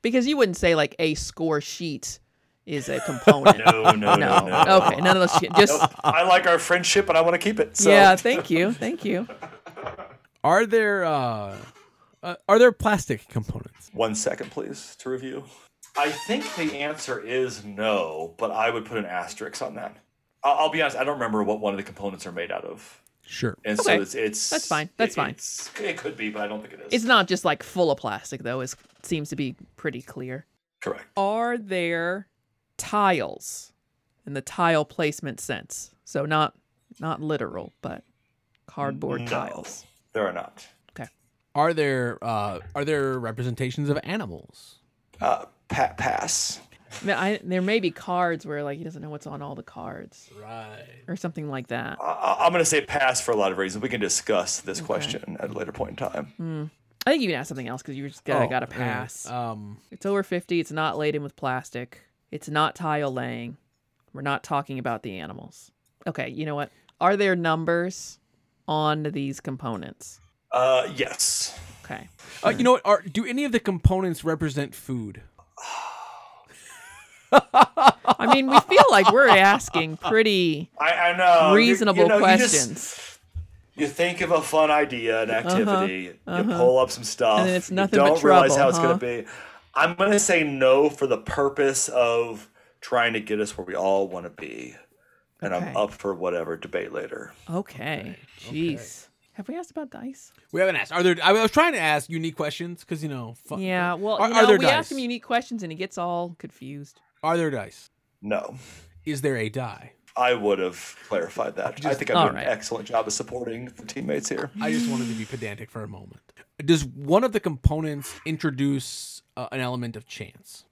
[SPEAKER 1] because you wouldn't say like a score sheet is
[SPEAKER 2] *laughs*
[SPEAKER 1] a component.
[SPEAKER 2] No, no, no,
[SPEAKER 1] no.
[SPEAKER 2] no.
[SPEAKER 1] Okay. None of those. Shit. Just
[SPEAKER 2] I like our friendship and I want to keep it. So
[SPEAKER 1] yeah. Thank you. Thank you.
[SPEAKER 3] Are there uh, uh, are there plastic components?
[SPEAKER 2] one second, please, to review. I think the answer is no, but I would put an asterisk on that. I'll, I'll be honest, I don't remember what one of the components are made out of.
[SPEAKER 3] Sure.
[SPEAKER 2] And so
[SPEAKER 1] Okay.
[SPEAKER 2] it's, it's
[SPEAKER 1] That's fine. That's
[SPEAKER 2] it-
[SPEAKER 1] fine.
[SPEAKER 2] it's- it could be, but I don't think it is.
[SPEAKER 1] It's not just like full of plastic though. It seems to be pretty clear.
[SPEAKER 2] correct.
[SPEAKER 1] are there tiles in the tile placement sense? So not not literal, but cardboard
[SPEAKER 2] No.
[SPEAKER 1] tiles.
[SPEAKER 2] There are not.
[SPEAKER 3] Are there uh, are there representations of animals?
[SPEAKER 2] Uh, pa- pass.
[SPEAKER 1] I mean, I, there may be cards where like he doesn't know what's on all the cards
[SPEAKER 3] Right.
[SPEAKER 1] or something like that.
[SPEAKER 2] I- I- I'm going to say pass for a lot of reasons. We can discuss this question at a later point in time.
[SPEAKER 1] I think you can ask something else because you just gotta, gotta pass.
[SPEAKER 3] Um,
[SPEAKER 1] it's over fifty. It's not laden with plastic. It's not tile laying. We're not talking about the animals. Okay, you know what? Are there numbers on these components?
[SPEAKER 2] Uh, yes.
[SPEAKER 1] Okay.
[SPEAKER 3] uh, you know what? Are, do any of the components represent food?
[SPEAKER 1] I mean, we feel like we're asking pretty
[SPEAKER 2] I, I know. Oh, You- you
[SPEAKER 1] reasonable
[SPEAKER 2] know, you just-
[SPEAKER 1] questions. Uh-huh.
[SPEAKER 2] You think of a fun idea, an activity, you pull up some stuff,
[SPEAKER 1] And then it's nothing
[SPEAKER 2] you
[SPEAKER 1] but
[SPEAKER 2] don't realize
[SPEAKER 1] trouble,
[SPEAKER 2] how it's
[SPEAKER 1] huh?
[SPEAKER 2] going to be. I'm going to say no for the purpose of trying to get us where we all want to be. And I'm
[SPEAKER 1] Okay.
[SPEAKER 2] up for whatever debate later.
[SPEAKER 1] okay. Jeez. Have we asked about dice?
[SPEAKER 3] We haven't asked. Are there? I was trying to ask unique questions because you know. Fun,
[SPEAKER 1] Yeah. Well,
[SPEAKER 3] Are-
[SPEAKER 1] you
[SPEAKER 3] are
[SPEAKER 1] know,
[SPEAKER 3] there
[SPEAKER 1] we
[SPEAKER 3] dice?
[SPEAKER 1] ask him unique questions and he gets all confused.
[SPEAKER 3] Are there dice?
[SPEAKER 2] No.
[SPEAKER 3] Is there a die?
[SPEAKER 2] I would have clarified that. I think
[SPEAKER 1] All
[SPEAKER 2] I've done
[SPEAKER 1] right.
[SPEAKER 2] an excellent job of supporting the teammates here.
[SPEAKER 3] I just wanted
[SPEAKER 1] *gasps*
[SPEAKER 3] to be pedantic for a moment. Does one of the components introduce uh, an element of chance?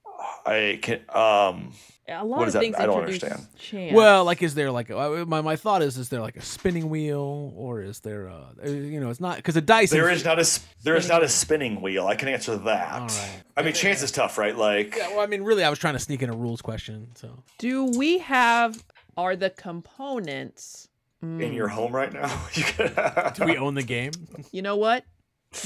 [SPEAKER 2] I can. Um,
[SPEAKER 1] A lot
[SPEAKER 2] What
[SPEAKER 1] of
[SPEAKER 2] is that?
[SPEAKER 1] things
[SPEAKER 2] I don't
[SPEAKER 1] introduce
[SPEAKER 2] understand.
[SPEAKER 1] Chance.
[SPEAKER 3] Well, like, is there like uh, my my thought is, is there like a spinning wheel, or is there a uh, you know, it's not because a dice.
[SPEAKER 2] there is not a s- there is not a spinning wheel. I can answer that.
[SPEAKER 3] All right.
[SPEAKER 2] I mean, chance is tough, right? Like,
[SPEAKER 3] *laughs* Yeah, well, I mean, really, I was trying to sneak in a rules question. So
[SPEAKER 1] Do we have are the components?
[SPEAKER 2] in your home right now, *laughs* you can.
[SPEAKER 3] do we own the game?
[SPEAKER 1] You know what?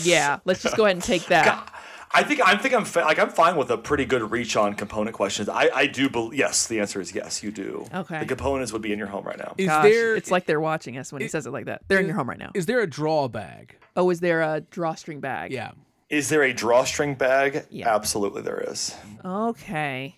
[SPEAKER 1] Yeah, let's just go ahead and take that.
[SPEAKER 2] I think I think I'm fa- like I'm fine with a pretty good reach on component questions. I I do believe yes. The answer is yes. You do.
[SPEAKER 1] Okay.
[SPEAKER 2] The components would be in your home right now.
[SPEAKER 3] Is
[SPEAKER 1] Gosh,
[SPEAKER 3] there
[SPEAKER 1] it's like they're watching us when he says it like that. They're in your home right now.
[SPEAKER 3] *laughs* is there a draw bag?
[SPEAKER 1] oh, is there a drawstring bag?
[SPEAKER 3] Yeah.
[SPEAKER 2] Is there a drawstring bag?
[SPEAKER 1] Yeah.
[SPEAKER 2] Absolutely, there is.
[SPEAKER 1] Okay.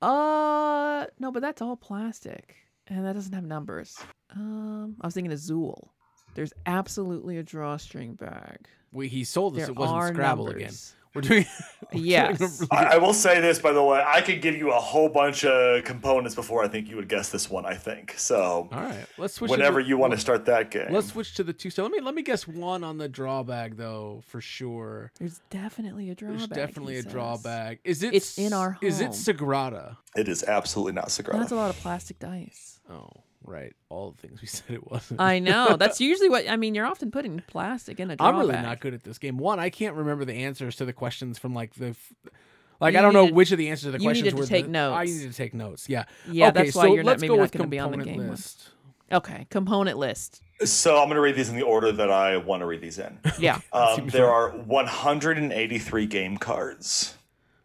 [SPEAKER 1] Uh, no, but that's all plastic, and that doesn't have numbers. Um, I was thinking Azul. There's absolutely a drawstring bag.
[SPEAKER 3] We, he sold us.
[SPEAKER 1] There
[SPEAKER 3] it wasn't
[SPEAKER 1] are
[SPEAKER 3] Scrabble
[SPEAKER 1] numbers.
[SPEAKER 3] again. We're doing. *laughs* we're doing a
[SPEAKER 1] Yes.
[SPEAKER 2] I, I will say this, by the way, I could give you a whole bunch of components before I think you would guess this one. I think so.
[SPEAKER 3] All right, let's switch. to
[SPEAKER 2] Whenever
[SPEAKER 3] the-
[SPEAKER 2] you want to start that game,
[SPEAKER 3] let's switch to the two. So let me let me guess one on the drawback though for sure.
[SPEAKER 1] There's definitely a drawback.
[SPEAKER 3] There's definitely
[SPEAKER 1] he
[SPEAKER 3] a
[SPEAKER 1] says.
[SPEAKER 3] drawback. Is it?
[SPEAKER 1] It's in
[SPEAKER 3] s-
[SPEAKER 1] our
[SPEAKER 3] Is it
[SPEAKER 1] home.
[SPEAKER 3] Sagrada?
[SPEAKER 2] it is absolutely not
[SPEAKER 1] And That's a
[SPEAKER 2] Sagrada.
[SPEAKER 1] lot of plastic dice.
[SPEAKER 3] Oh, right. All the things we *laughs* said it wasn't.
[SPEAKER 1] I know. That's usually what I mean. You're often putting plastic in a drawback.
[SPEAKER 3] I'm really not good at this game. One, I can't remember the answers to the questions from like the. f- Like
[SPEAKER 1] You
[SPEAKER 3] I don't know
[SPEAKER 1] needed-
[SPEAKER 3] which of the answers to the
[SPEAKER 1] you
[SPEAKER 3] questions
[SPEAKER 1] needed to
[SPEAKER 3] were.
[SPEAKER 1] take
[SPEAKER 3] the, I
[SPEAKER 1] notes.
[SPEAKER 3] needed to take notes. Yeah.
[SPEAKER 1] Yeah,
[SPEAKER 3] Okay,
[SPEAKER 1] that's why
[SPEAKER 3] so
[SPEAKER 1] you're not
[SPEAKER 3] let's
[SPEAKER 1] maybe
[SPEAKER 3] go
[SPEAKER 1] not
[SPEAKER 3] with
[SPEAKER 1] going to be on the
[SPEAKER 3] component
[SPEAKER 1] game. one.
[SPEAKER 3] list.
[SPEAKER 1] Okay, component list.
[SPEAKER 3] *laughs*
[SPEAKER 2] So I'm going to read these in the order that I want to read these in.
[SPEAKER 1] Yeah,
[SPEAKER 2] Um, there are 183 game cards.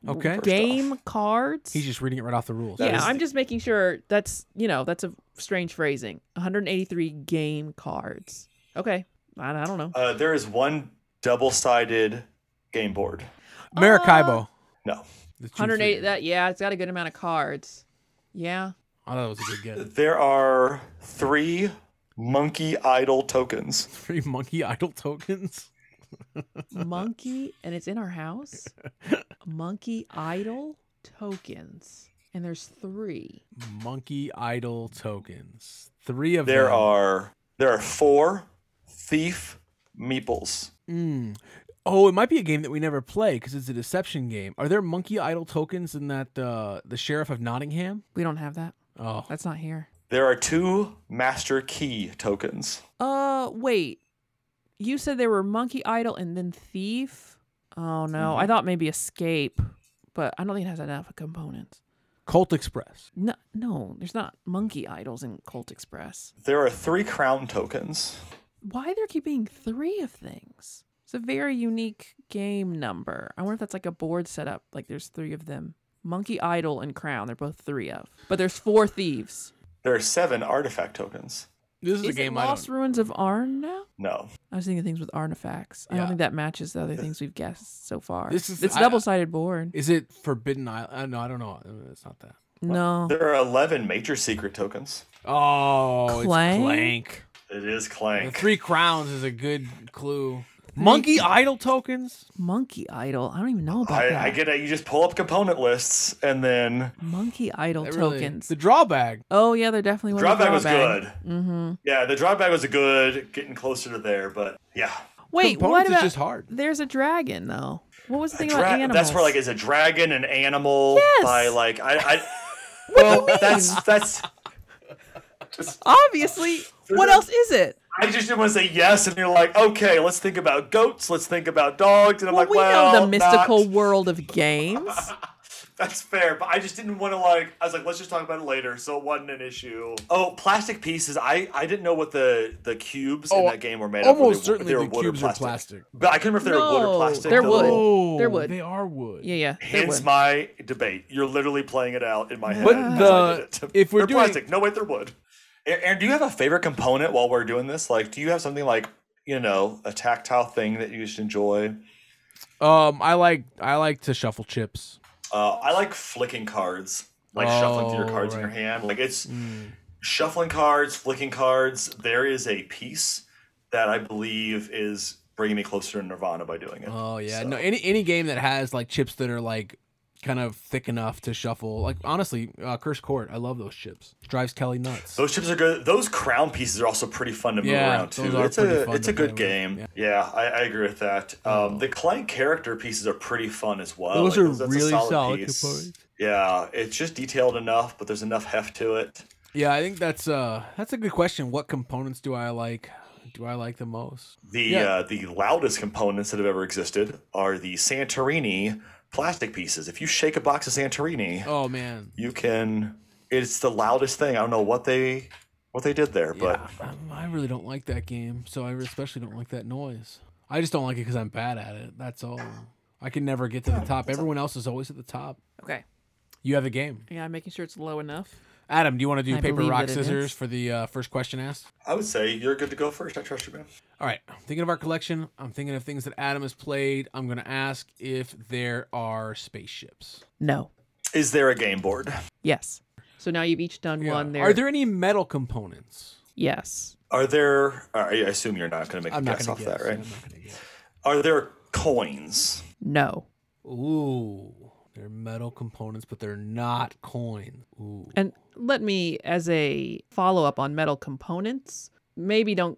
[SPEAKER 3] Okay.
[SPEAKER 1] game cards.
[SPEAKER 3] He's just reading it right off the rules.
[SPEAKER 1] yeah,
[SPEAKER 2] is-
[SPEAKER 1] I'm just making sure that's you know that's a strange phrasing. 183 game cards. Okay, I, I don't know.
[SPEAKER 2] Uh, there is one double-sided game board.
[SPEAKER 1] uh,
[SPEAKER 3] Maracaibo.
[SPEAKER 2] No,
[SPEAKER 3] the two
[SPEAKER 1] 108.
[SPEAKER 3] figure.
[SPEAKER 1] That yeah, it's got a good amount of cards. Yeah.
[SPEAKER 3] I thought Oh, that was a
[SPEAKER 2] *laughs*
[SPEAKER 3] good guess.
[SPEAKER 2] there are three monkey idol tokens.
[SPEAKER 3] Three monkey idol tokens. *laughs*
[SPEAKER 1] monkey and it's in our house monkey idol tokens and there's three
[SPEAKER 3] Monkey idol tokens. Three of
[SPEAKER 2] There
[SPEAKER 3] them.
[SPEAKER 2] are there are four thief meeples.
[SPEAKER 3] Mm. Oh, it might be a game that we never play because it's a deception game. Are there monkey idol tokens in that uh, the sheriff of Nottingham?
[SPEAKER 1] we don't have that
[SPEAKER 3] Oh,
[SPEAKER 1] that's not here
[SPEAKER 2] There are two master key tokens.
[SPEAKER 1] uh wait you said there were monkey idol and then thief oh no
[SPEAKER 3] Mm-hmm.
[SPEAKER 1] i thought maybe escape but i don't think it has enough components
[SPEAKER 3] Colt Express.
[SPEAKER 1] no no there's not monkey idols in cult express
[SPEAKER 2] There are three crown tokens.
[SPEAKER 1] why they're keeping three of things it's a very unique game number i wonder if that's like a board setup like there's three of them monkey idol and crown they're both three of but there's four thieves
[SPEAKER 2] There are seven artifact tokens.
[SPEAKER 3] This is, a
[SPEAKER 1] it
[SPEAKER 3] game I don't.
[SPEAKER 1] lost ruins of arn now
[SPEAKER 2] No.
[SPEAKER 1] i was thinking things with artifacts i
[SPEAKER 3] Yeah.
[SPEAKER 1] don't think that matches the other things we've guessed so far
[SPEAKER 3] This is-
[SPEAKER 1] it's
[SPEAKER 3] I-
[SPEAKER 1] double-sided board
[SPEAKER 3] Is it Forbidden Island? Uh, no, I don't know. Uh, It's not that.
[SPEAKER 1] no
[SPEAKER 2] There are 11 major secret tokens.
[SPEAKER 3] Oh,
[SPEAKER 1] Clank?
[SPEAKER 3] it's Clank.
[SPEAKER 2] It is
[SPEAKER 3] The
[SPEAKER 2] Clank.
[SPEAKER 3] Three Crowns is a good clue. Monkey idol tokens.
[SPEAKER 1] monkey idol i don't even know about
[SPEAKER 2] I,
[SPEAKER 1] that
[SPEAKER 2] I get it. You just pull up component lists and then
[SPEAKER 1] monkey idol
[SPEAKER 3] That really-
[SPEAKER 1] tokens
[SPEAKER 3] The drawback.
[SPEAKER 1] oh yeah they're definitely one
[SPEAKER 2] drawback
[SPEAKER 1] of
[SPEAKER 2] was
[SPEAKER 1] the Mm-hmm. drawback.
[SPEAKER 2] good. Yeah, the drawback was a good, getting closer to there, but yeah.
[SPEAKER 1] wait what
[SPEAKER 3] Components is
[SPEAKER 1] about
[SPEAKER 3] just hard.
[SPEAKER 1] there's a dragon though what was the thing about
[SPEAKER 2] Dra-
[SPEAKER 1] animals
[SPEAKER 2] that's where like is a dragon an animal
[SPEAKER 1] Yes.
[SPEAKER 2] by
[SPEAKER 1] *laughs*
[SPEAKER 2] like I, I Well, that's that's *laughs*
[SPEAKER 1] Obviously. What else is it?
[SPEAKER 2] I just didn't want to say yes, and you're like, okay, let's think about goats, let's think about dogs, and I'm like,
[SPEAKER 1] we
[SPEAKER 2] well,
[SPEAKER 1] know the mystical
[SPEAKER 2] not-
[SPEAKER 1] world of
[SPEAKER 2] *laughs*
[SPEAKER 1] games.
[SPEAKER 2] That's fair, but I just didn't want to like. I was like, let's just talk about it later, so it wasn't an issue. Oh, plastic pieces. I I didn't know what the the cubes in
[SPEAKER 3] Oh,
[SPEAKER 2] that game were made of.
[SPEAKER 3] Almost
[SPEAKER 2] whether they were-
[SPEAKER 3] certainly
[SPEAKER 2] if they
[SPEAKER 3] the
[SPEAKER 2] were wood or
[SPEAKER 3] cubes are plastic.
[SPEAKER 2] But I couldn't remember if they were wood or
[SPEAKER 1] No,
[SPEAKER 2] plastic.
[SPEAKER 1] they're
[SPEAKER 2] though.
[SPEAKER 1] wood.
[SPEAKER 3] Oh,
[SPEAKER 1] They're wood.
[SPEAKER 3] They are wood.
[SPEAKER 1] yeah, yeah. there
[SPEAKER 2] Hence
[SPEAKER 1] were.
[SPEAKER 2] my debate. You're literally playing it out in my head.
[SPEAKER 3] But
[SPEAKER 2] as I
[SPEAKER 3] the-
[SPEAKER 2] did it.
[SPEAKER 3] *laughs* if we're
[SPEAKER 2] They're
[SPEAKER 3] doing-
[SPEAKER 2] plastic, no wait, they're wood. A- Aaron, do you have a favorite component while we're doing this? Like, do you have something like you know a tactile thing that you just enjoy?
[SPEAKER 3] Um, I like I like to shuffle chips.
[SPEAKER 2] Uh, I like flicking cards, like shuffling through your
[SPEAKER 3] Oh,
[SPEAKER 2] cards in your
[SPEAKER 3] right. Hmm.
[SPEAKER 2] hand. Like it's shuffling cards, flicking cards. There is a piece that I believe is bringing me closer to Nirvana by doing it.
[SPEAKER 3] Oh yeah,
[SPEAKER 2] So-
[SPEAKER 3] no any any game that has like chips that are like kind of thick enough to shuffle. Like honestly, uh, Curse Court, I love those chips. Drives Kelly nuts.
[SPEAKER 2] Those chips are good. Those crown pieces are also pretty fun to move
[SPEAKER 3] Yeah,
[SPEAKER 2] around too.
[SPEAKER 3] those are
[SPEAKER 2] It's
[SPEAKER 3] pretty
[SPEAKER 2] a
[SPEAKER 3] fun
[SPEAKER 2] it's
[SPEAKER 3] to
[SPEAKER 2] a good
[SPEAKER 3] play with, Oh.
[SPEAKER 2] game. Yeah, I, I agree with that. Um, the Clank character pieces are pretty fun as well.
[SPEAKER 4] Those
[SPEAKER 2] Like,
[SPEAKER 4] are
[SPEAKER 2] that's a
[SPEAKER 4] really solid
[SPEAKER 2] piece.
[SPEAKER 4] components.
[SPEAKER 2] Yeah, it's just detailed enough, but there's enough heft to it.
[SPEAKER 3] Yeah, I think that's uh that's a good question. What components do I like? Do I like the most?
[SPEAKER 2] The
[SPEAKER 3] Yeah.
[SPEAKER 2] uh, the loudest components that have ever existed are the Santorini plastic pieces. If you shake a box of Santorini,
[SPEAKER 3] Oh man,
[SPEAKER 2] you can. It's the loudest thing. I don't know what they what they did there, but
[SPEAKER 3] Um, I really don't like that game. So I especially don't like that noise. I just don't like it because I'm bad at it. That's all. I can never get to the top. Everyone else is always at the top.
[SPEAKER 1] Okay.
[SPEAKER 3] You have a game,
[SPEAKER 1] Yeah, I'm making sure it's low enough.
[SPEAKER 3] Adam. Do you want to do
[SPEAKER 5] I
[SPEAKER 3] paper
[SPEAKER 5] believe
[SPEAKER 3] rock
[SPEAKER 5] that it
[SPEAKER 3] scissors
[SPEAKER 5] is.
[SPEAKER 3] for the uh, first question asked?
[SPEAKER 2] I would say you're good to go first. I trust you, man.
[SPEAKER 3] All right, I'm thinking of our collection. I'm thinking of things that Adam has played. I'm gonna ask if there are spaceships.
[SPEAKER 1] No.
[SPEAKER 2] Is there a game board?
[SPEAKER 1] Yes. So now you've each done
[SPEAKER 3] Yeah.
[SPEAKER 1] one there.
[SPEAKER 3] Are there any metal components?
[SPEAKER 1] Yes.
[SPEAKER 2] Are there? uh, I assume you're not going to make
[SPEAKER 3] I'm
[SPEAKER 2] a
[SPEAKER 3] not
[SPEAKER 2] guess
[SPEAKER 3] gonna
[SPEAKER 2] off
[SPEAKER 3] guess.
[SPEAKER 2] that, right?
[SPEAKER 3] I'm not gonna guess.
[SPEAKER 2] Are there coins?
[SPEAKER 1] No.
[SPEAKER 3] Ooh, they're metal components, but they're not coin. Ooh,
[SPEAKER 1] And let me, as a follow up on metal components, maybe don't,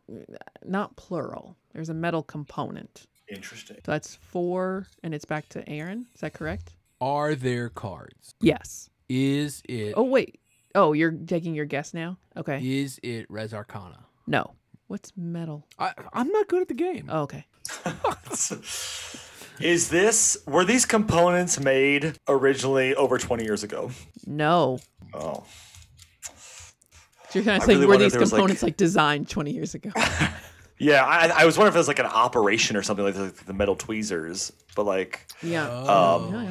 [SPEAKER 1] not plural. There's a metal component.
[SPEAKER 2] Interesting. *laughs*
[SPEAKER 1] So that's four, and it's back to Aaron. Is that correct?
[SPEAKER 3] are there cards?
[SPEAKER 1] Yes.
[SPEAKER 3] Is it?
[SPEAKER 1] Oh, wait. Oh, you're taking your guess now? Okay.
[SPEAKER 3] is it Res Arcana?
[SPEAKER 1] No. What's metal?
[SPEAKER 3] I, I'm not good at the game.
[SPEAKER 1] Oh, okay.
[SPEAKER 2] Is this? Were these components made originally over 20 years ago?
[SPEAKER 1] No.
[SPEAKER 2] Oh,
[SPEAKER 1] So you're kind
[SPEAKER 2] I
[SPEAKER 1] of saying,
[SPEAKER 2] really
[SPEAKER 1] were
[SPEAKER 2] wonder
[SPEAKER 1] these
[SPEAKER 2] if there was, like-
[SPEAKER 1] components like, designed 20 years
[SPEAKER 2] *laughs*
[SPEAKER 1] ago?
[SPEAKER 2] yeah. I, I was wondering if it was like an operation or something like the, the metal tweezers, but like,
[SPEAKER 1] yeah.
[SPEAKER 2] Um,
[SPEAKER 3] Oh,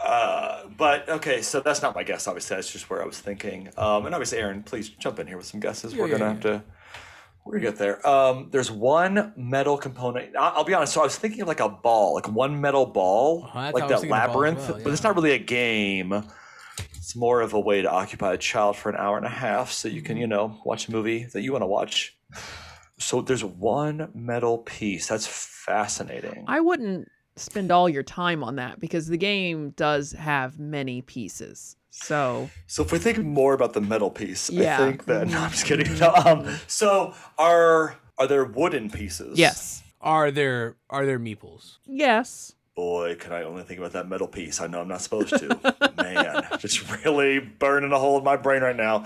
[SPEAKER 1] yeah.
[SPEAKER 2] uh, but okay. So that's not my guess. Obviously, that's just where I was thinking. Um, and obviously, Aaron, please jump in here with some guesses. we're
[SPEAKER 3] yeah,
[SPEAKER 2] gonna have to. We're gonna get there. Um, there's one metal component. I- I'll be honest. So I was thinking of like a ball, like one metal ball,
[SPEAKER 3] Uh-huh, that's how
[SPEAKER 2] like
[SPEAKER 3] I was
[SPEAKER 2] that
[SPEAKER 3] thinking of ball as
[SPEAKER 2] labyrinth.
[SPEAKER 3] well,
[SPEAKER 2] But it's
[SPEAKER 3] yeah.
[SPEAKER 2] not really a game. It's more of a way to occupy a child for an hour and a half, so you
[SPEAKER 3] Mm-hmm.
[SPEAKER 2] can you know watch a movie that you want to watch. So there's one metal piece. That's fascinating.
[SPEAKER 1] I wouldn't spend all your time on that because the game does have many pieces. So,
[SPEAKER 2] So if we think more about the metal piece,
[SPEAKER 1] Yeah. Mm-hmm.
[SPEAKER 2] I think that *laughs* no, I'm just kidding. No, um, so are are there wooden pieces?
[SPEAKER 1] yes.
[SPEAKER 3] Are there are there meeples?
[SPEAKER 1] Yes.
[SPEAKER 2] Boy, can I only think about that metal piece? I know I'm not supposed to. *laughs* Man, just really burning a hole in my brain right now.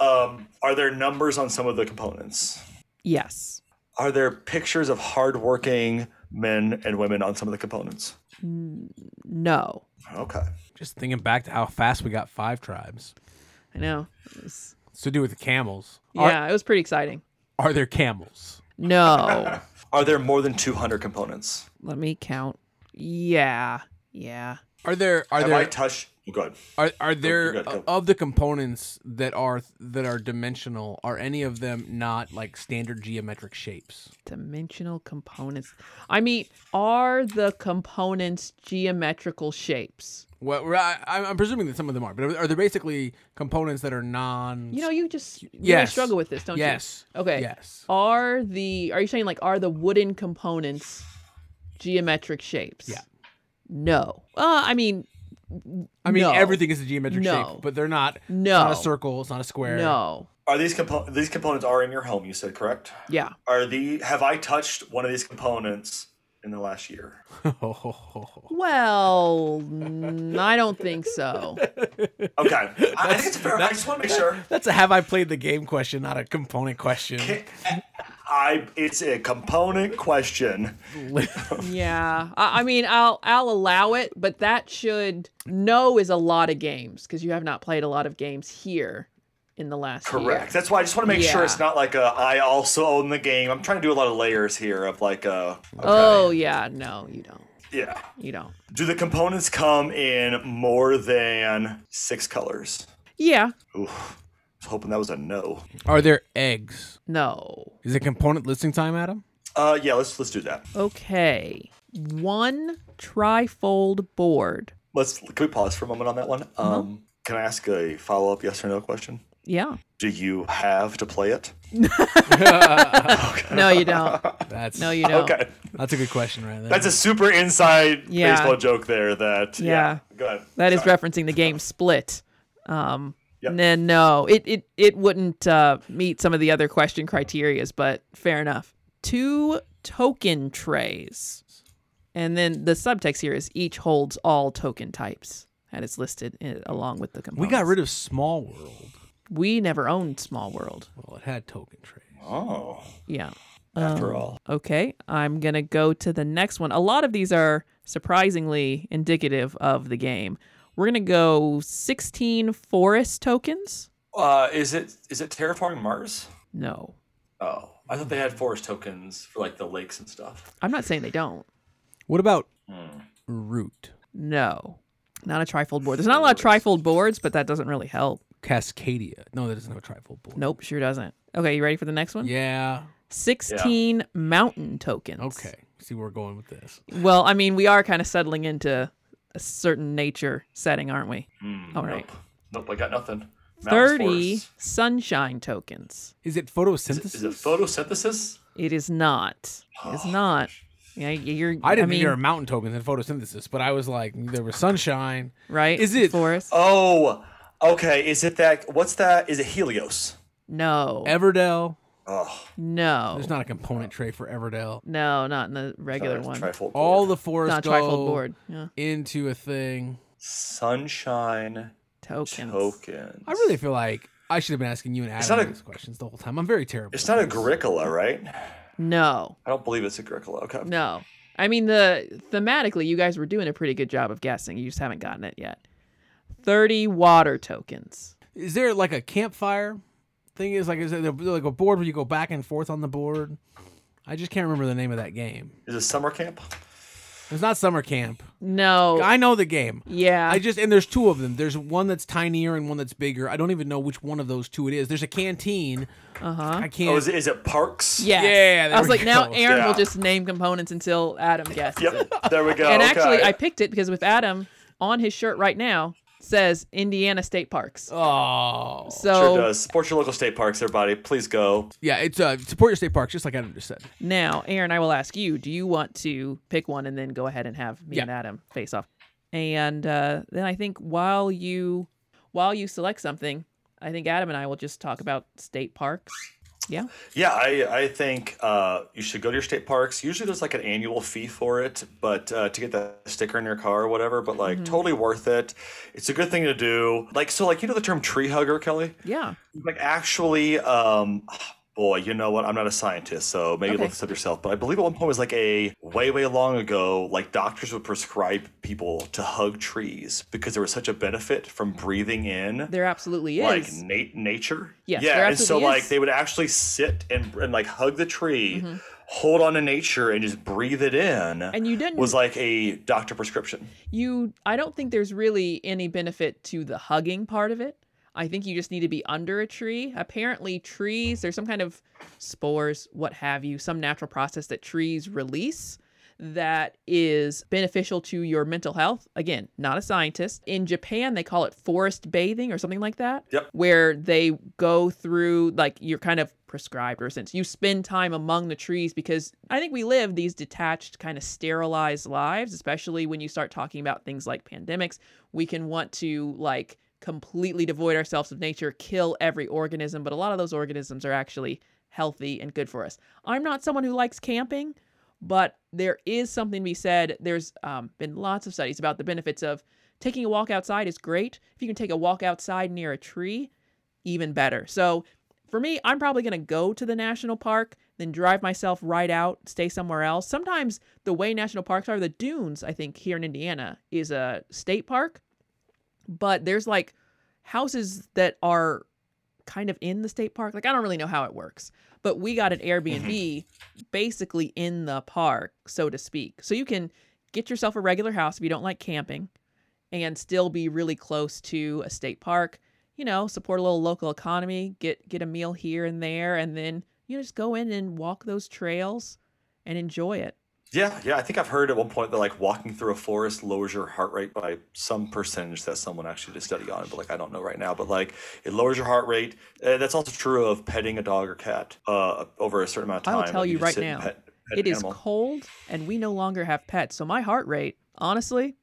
[SPEAKER 2] Um, are there numbers on some of the components?
[SPEAKER 1] Yes.
[SPEAKER 2] Are there pictures of hardworking men and women on some of the components?
[SPEAKER 1] No.
[SPEAKER 2] Okay.
[SPEAKER 3] Just thinking back to how fast we got five tribes.
[SPEAKER 1] I know. It was-
[SPEAKER 3] It's to do with the camels. Are,
[SPEAKER 1] yeah, it was pretty exciting.
[SPEAKER 3] are there camels?
[SPEAKER 1] No.
[SPEAKER 2] *laughs* Are there more than 200 components?
[SPEAKER 1] Let me count. Yeah. Yeah.
[SPEAKER 3] Are there are
[SPEAKER 2] Have
[SPEAKER 3] there
[SPEAKER 2] I Oh, touched? Go ahead.
[SPEAKER 3] Are are there uh,
[SPEAKER 2] good, go.
[SPEAKER 3] of the components that are that are dimensional? Are any of them not like standard geometric shapes?
[SPEAKER 1] Dimensional components. I mean, are the components geometrical shapes?
[SPEAKER 3] Well, we're- I, I'm presuming that some of them are, but are they basically components that are non?
[SPEAKER 1] You know, you just you really
[SPEAKER 3] Yes.
[SPEAKER 1] struggle with this, don't
[SPEAKER 3] yes.
[SPEAKER 1] you? Okay.
[SPEAKER 3] Yes.
[SPEAKER 1] Are the are you saying like are the wooden components geometric shapes?
[SPEAKER 3] Yeah.
[SPEAKER 1] No. Uh, I mean,
[SPEAKER 3] I mean,
[SPEAKER 1] no.
[SPEAKER 3] everything is a geometric
[SPEAKER 1] No.
[SPEAKER 3] shape, but they're not.
[SPEAKER 1] No.
[SPEAKER 3] It's not a circle. It's not a square.
[SPEAKER 1] No.
[SPEAKER 2] Are these components? These components are in your home. You said correct.
[SPEAKER 1] Yeah.
[SPEAKER 2] Are the have I touched one of these components in the last year?
[SPEAKER 1] Well, n- I don't think so.
[SPEAKER 2] Okay, I, I think it's fair. I just want to make sure.
[SPEAKER 3] *laughs* That's a have I played the game question, not a component question.
[SPEAKER 2] I it's a component question.
[SPEAKER 1] Yeah. I, I mean, I'll I'll allow it, but that should no is a lot of games because you have not played a lot of games here in the last year.
[SPEAKER 2] Correct. That's why I just want to make sure
[SPEAKER 1] Yeah.
[SPEAKER 2] it's not like a I also own the game. I'm trying to do a lot of layers here of like uh
[SPEAKER 1] Oh yeah, no, you don't.
[SPEAKER 2] yeah.
[SPEAKER 1] You don't.
[SPEAKER 2] Do the components come in more than six colors?
[SPEAKER 1] Yeah.
[SPEAKER 2] Oof. I was hoping that was a no.
[SPEAKER 3] Are there eggs?
[SPEAKER 1] No.
[SPEAKER 3] Is it component listing time, Adam?
[SPEAKER 2] Uh yeah, let's let's do that.
[SPEAKER 1] Okay. One trifold board. Uh-huh.
[SPEAKER 2] Let's can we pause for a moment on that one? Um Can I ask a follow up yes or no question?
[SPEAKER 1] Yeah.
[SPEAKER 2] Do you have to play it?
[SPEAKER 1] No, you don't.
[SPEAKER 3] That's
[SPEAKER 1] No, you don't.
[SPEAKER 2] *laughs* Okay.
[SPEAKER 3] that's a good question right there.
[SPEAKER 2] That's a super inside
[SPEAKER 1] Yeah.
[SPEAKER 2] baseball joke there that yeah.
[SPEAKER 1] Yeah.
[SPEAKER 2] Go ahead.
[SPEAKER 1] That is
[SPEAKER 2] Sorry.
[SPEAKER 1] referencing the game Split. Um,
[SPEAKER 2] Yep.
[SPEAKER 1] and then no, it it it wouldn't uh, meet some of the other question criterias, but fair enough. Two token trays, and then the subtext here is each holds all token types, and it's listed in, along with the
[SPEAKER 3] we
[SPEAKER 1] components.
[SPEAKER 3] got rid of Small World.
[SPEAKER 1] We never owned Small World.
[SPEAKER 3] Well, it had token trays.
[SPEAKER 2] Oh.
[SPEAKER 1] Yeah.
[SPEAKER 2] After all.
[SPEAKER 1] Okay, I'm going to go to the next one. A lot of these are surprisingly indicative of the game. We're going to go 16 forest tokens.
[SPEAKER 2] Uh, is it is it terraforming Mars?
[SPEAKER 1] No,
[SPEAKER 2] Oh, I thought they had forest tokens for like the lakes and stuff.
[SPEAKER 1] I'm not saying they don't.
[SPEAKER 3] What about
[SPEAKER 2] Hmm.
[SPEAKER 3] Root?
[SPEAKER 1] No, not a trifold board. There's not a lot of trifold boards, but that doesn't really help.
[SPEAKER 3] Cascadia? No, that doesn't have a trifold board.
[SPEAKER 1] Nope, sure doesn't. Okay, you ready for the next one?
[SPEAKER 3] Yeah.
[SPEAKER 1] 16 mountain tokens.
[SPEAKER 3] Okay. See where we're going with this.
[SPEAKER 1] Well, I mean, we are kind of settling into a certain nature setting, aren't we?
[SPEAKER 3] Hmm,
[SPEAKER 1] All right.
[SPEAKER 2] Nope, I got nothing. Mountains,
[SPEAKER 1] 30
[SPEAKER 2] forests.
[SPEAKER 1] sunshine tokens.
[SPEAKER 3] Is it photosynthesis?
[SPEAKER 2] Is it photosynthesis?
[SPEAKER 1] It is not. It's not. Yeah, you're.
[SPEAKER 3] Oh, I didn't
[SPEAKER 1] mean,
[SPEAKER 3] think there were mountain tokens in photosynthesis, but I was like, there was sunshine.
[SPEAKER 1] right?
[SPEAKER 3] is it-
[SPEAKER 1] forest?
[SPEAKER 2] Oh, okay. Is it that? What's that? Is it Helios?
[SPEAKER 1] no,
[SPEAKER 3] Everdell.
[SPEAKER 2] Oh,
[SPEAKER 1] no,
[SPEAKER 3] There's not a component tray for Everdell.
[SPEAKER 1] no, not in the regular
[SPEAKER 2] that's a
[SPEAKER 1] one.
[SPEAKER 2] trifold
[SPEAKER 3] All
[SPEAKER 2] board.
[SPEAKER 3] the forests
[SPEAKER 1] not a
[SPEAKER 3] go
[SPEAKER 1] trifold board. Yeah,
[SPEAKER 3] into a thing.
[SPEAKER 2] sunshine
[SPEAKER 1] tokens.
[SPEAKER 2] tokens.
[SPEAKER 3] I really feel like I should have been asking you and
[SPEAKER 2] not
[SPEAKER 3] Adam
[SPEAKER 2] a-
[SPEAKER 3] these questions the whole time. I'm very terrible.
[SPEAKER 2] It's
[SPEAKER 3] at
[SPEAKER 2] not
[SPEAKER 3] this.
[SPEAKER 2] Agricola, right?
[SPEAKER 1] No,
[SPEAKER 2] I don't believe it's Agricola. Okay.
[SPEAKER 1] no. I mean, the thematically, you guys were doing a pretty good job of guessing. You just haven't gotten it yet. Thirty water tokens.
[SPEAKER 3] Is there like a campfire thing? Is like is there like a board where you go back and forth on the board? I just can't remember the name of that game.
[SPEAKER 2] Is it summer camp?
[SPEAKER 3] It's not summer camp.
[SPEAKER 1] No.
[SPEAKER 3] I know the game.
[SPEAKER 1] yeah.
[SPEAKER 3] I just and there's two of them. There's one that's tinier and one that's bigger. I don't even know which one of those two it is. There's a canteen.
[SPEAKER 1] uh huh.
[SPEAKER 3] I can't.
[SPEAKER 2] Oh, is it, is it parks?
[SPEAKER 1] Yes.
[SPEAKER 3] Yeah, there
[SPEAKER 1] I was
[SPEAKER 3] we
[SPEAKER 1] like, now
[SPEAKER 3] go.
[SPEAKER 1] Aaron will
[SPEAKER 2] Yeah.
[SPEAKER 1] just name components until Adam guesses it.
[SPEAKER 2] Yep. There we go.
[SPEAKER 1] and
[SPEAKER 2] okay.
[SPEAKER 1] actually, I picked it because with Adam on his shirt right now says Indiana State Parks.
[SPEAKER 3] Oh,
[SPEAKER 1] So
[SPEAKER 2] Sure does. Support your local state parks, everybody. Please go.
[SPEAKER 3] yeah. It's uh, support your state parks, just like Adam just said.
[SPEAKER 1] now, Aaron, I will ask you: Do you want to pick one and then go ahead and have me
[SPEAKER 3] Yeah.
[SPEAKER 1] and Adam face off? And uh, then I think while you while you select something, I think Adam and I will just talk about state parks. Yeah,
[SPEAKER 2] Yeah, I, I think uh, you should go to your state parks. Usually there's like an annual fee for it, but uh, to get that sticker in your car or whatever, but
[SPEAKER 1] Mm-hmm.
[SPEAKER 2] like totally worth it. It's a good thing to do. Like, so, like, you know the term tree hugger, Kelly?
[SPEAKER 1] yeah.
[SPEAKER 2] Like, actually, um, *sighs* boy, you know what? I'm not a scientist, so maybe
[SPEAKER 1] Okay.
[SPEAKER 2] look this up yourself, but I believe at one point it was like a way, way long ago, like doctors would prescribe people to hug trees because there was such a benefit from breathing in
[SPEAKER 1] There absolutely is.
[SPEAKER 2] like nat- nature.
[SPEAKER 1] Yes,
[SPEAKER 2] yeah.
[SPEAKER 1] there
[SPEAKER 2] And so
[SPEAKER 1] absolutely
[SPEAKER 2] like
[SPEAKER 1] is.
[SPEAKER 2] they would actually sit and, and like hug the tree, hold on to nature, and just breathe it in.
[SPEAKER 1] and you didn't
[SPEAKER 2] was like a doctor prescription.
[SPEAKER 1] you i don't think there's really any benefit to the hugging part of it i think you just need to be under a tree apparently trees there's some kind of spores what have you some natural process that trees release that is beneficial to your mental health again not a scientist in japan they call it forest bathing or something like that
[SPEAKER 2] Yep.
[SPEAKER 1] where they go through like you're kind of prescribed or since you spend time among the trees because i think we live these detached kind of sterilized lives especially when you start talking about things like pandemics we can want to like completely devoid ourselves of nature kill every organism but a lot of those organisms are actually healthy and good for us i'm not someone who likes camping but there is something to be said. There's um, been lots of studies about the benefits of taking a walk outside is great. If you can take a walk outside near a tree, even better. So for me, I'm probably going to go to the national park, then drive myself right out, stay somewhere else. Sometimes the way national parks are, the dunes, I think, here in Indiana is a state park, but there's like houses that are kind of in the state park. Like, I don't really know how it works, but we got an Airbnb basically in the park, so to speak. So you can get yourself a regular house if you don't like camping and still be really close to a state park. You know, support a little local economy, get get a meal here and there and then you just go in and walk those trails and enjoy it.
[SPEAKER 2] Yeah, yeah. I think I've heard at one point that like walking through a forest lowers your heart rate by some percentage that someone actually did a study on it, but like I don't know right now. But like it lowers your heart rate. Uh, that's also true of petting a dog or cat uh, over a certain amount of time.
[SPEAKER 1] I will tell
[SPEAKER 2] Like,
[SPEAKER 1] you
[SPEAKER 2] just
[SPEAKER 1] right
[SPEAKER 2] sit and
[SPEAKER 1] now,
[SPEAKER 2] pet- pet
[SPEAKER 1] It
[SPEAKER 2] an
[SPEAKER 1] is
[SPEAKER 2] animal.
[SPEAKER 1] cold and we no longer have pets. So my heart rate, honestly,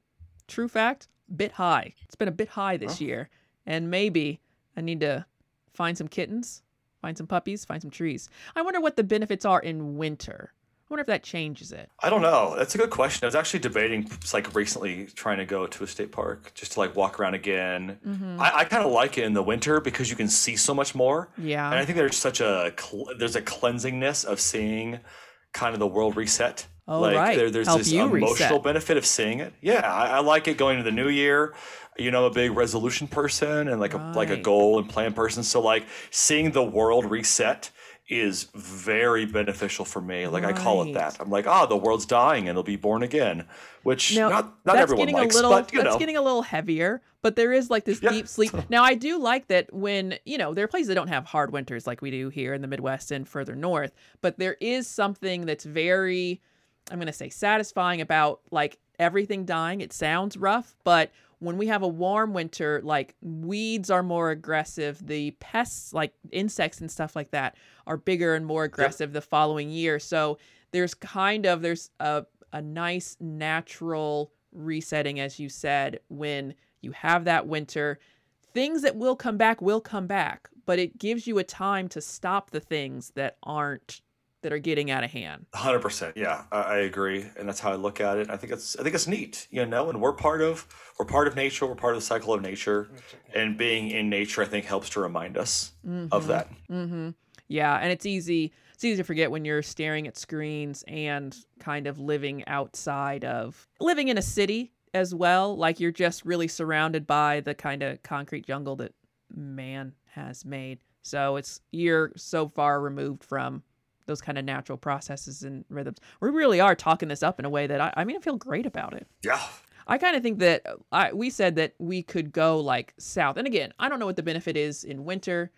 [SPEAKER 1] true fact, bit high. It's been a bit high
[SPEAKER 2] Oh.
[SPEAKER 1] this year. And maybe I need to find some kittens, find some puppies, find some trees. I wonder what the benefits are in winter. I wonder if that changes it.
[SPEAKER 2] I don't know. That's a good question. I was actually debating it's like recently trying to go to a state park just to like walk around again. I, I kind of like it in the winter because you can see so much more.
[SPEAKER 1] Yeah.
[SPEAKER 2] And I think there's such a cl- there's a cleansingness of seeing kind of the world reset.
[SPEAKER 1] Oh,
[SPEAKER 2] like
[SPEAKER 1] right.
[SPEAKER 2] there, there's
[SPEAKER 1] Help
[SPEAKER 2] this
[SPEAKER 1] you
[SPEAKER 2] emotional
[SPEAKER 1] reset.
[SPEAKER 2] benefit of seeing it. Yeah, I, I like it going into the new year. You know, I'm a big resolution person and like a like a
[SPEAKER 1] Right.
[SPEAKER 2] goal and plan person. So like seeing the world reset is very beneficial for me. Like I call it
[SPEAKER 1] Right.
[SPEAKER 2] that. I'm like, ah, the world's dying and it'll be born again, which
[SPEAKER 1] Now,
[SPEAKER 2] not not
[SPEAKER 1] that's
[SPEAKER 2] everyone
[SPEAKER 1] getting
[SPEAKER 2] likes,
[SPEAKER 1] a little
[SPEAKER 2] but you
[SPEAKER 1] that's
[SPEAKER 2] know,
[SPEAKER 1] getting a little heavier but there is like this
[SPEAKER 2] Yeah.
[SPEAKER 1] deep
[SPEAKER 2] *laughs*
[SPEAKER 1] sleep now i do like that when you know there are places that don't have hard winters like we do here in the midwest and further north but there is something that's very i'm going to say satisfying about like everything dying it sounds rough but when we have a warm winter like weeds are more aggressive the pests like insects and stuff like that are bigger and more aggressive the following year so there's kind of there's a a nice natural resetting as you said when you have that winter things that will come back will come back but it gives you a time to stop the things that aren't that are getting out of hand
[SPEAKER 2] Hundred percent, yeah, I, I agree, and that's how I look at it. I think it's, I think it's neat, you know. And we're part of, we're part of nature. We're part of the cycle of nature, and being in nature, I think, helps to remind us of that.
[SPEAKER 1] Mm-hmm. Yeah, and it's easy. It's easy to forget when you're staring at screens and kind of living outside of living in a city as well. Like you're just really surrounded by the kind of concrete jungle that man has made. So it's you're so far removed from those kind of natural processes and rhythms. We really are talking this up in a way that I, I mean, I feel great about it.
[SPEAKER 2] Yeah,
[SPEAKER 1] I kind of think that uh, I we said that we could go like south. And again, I don't know what the benefit is in winter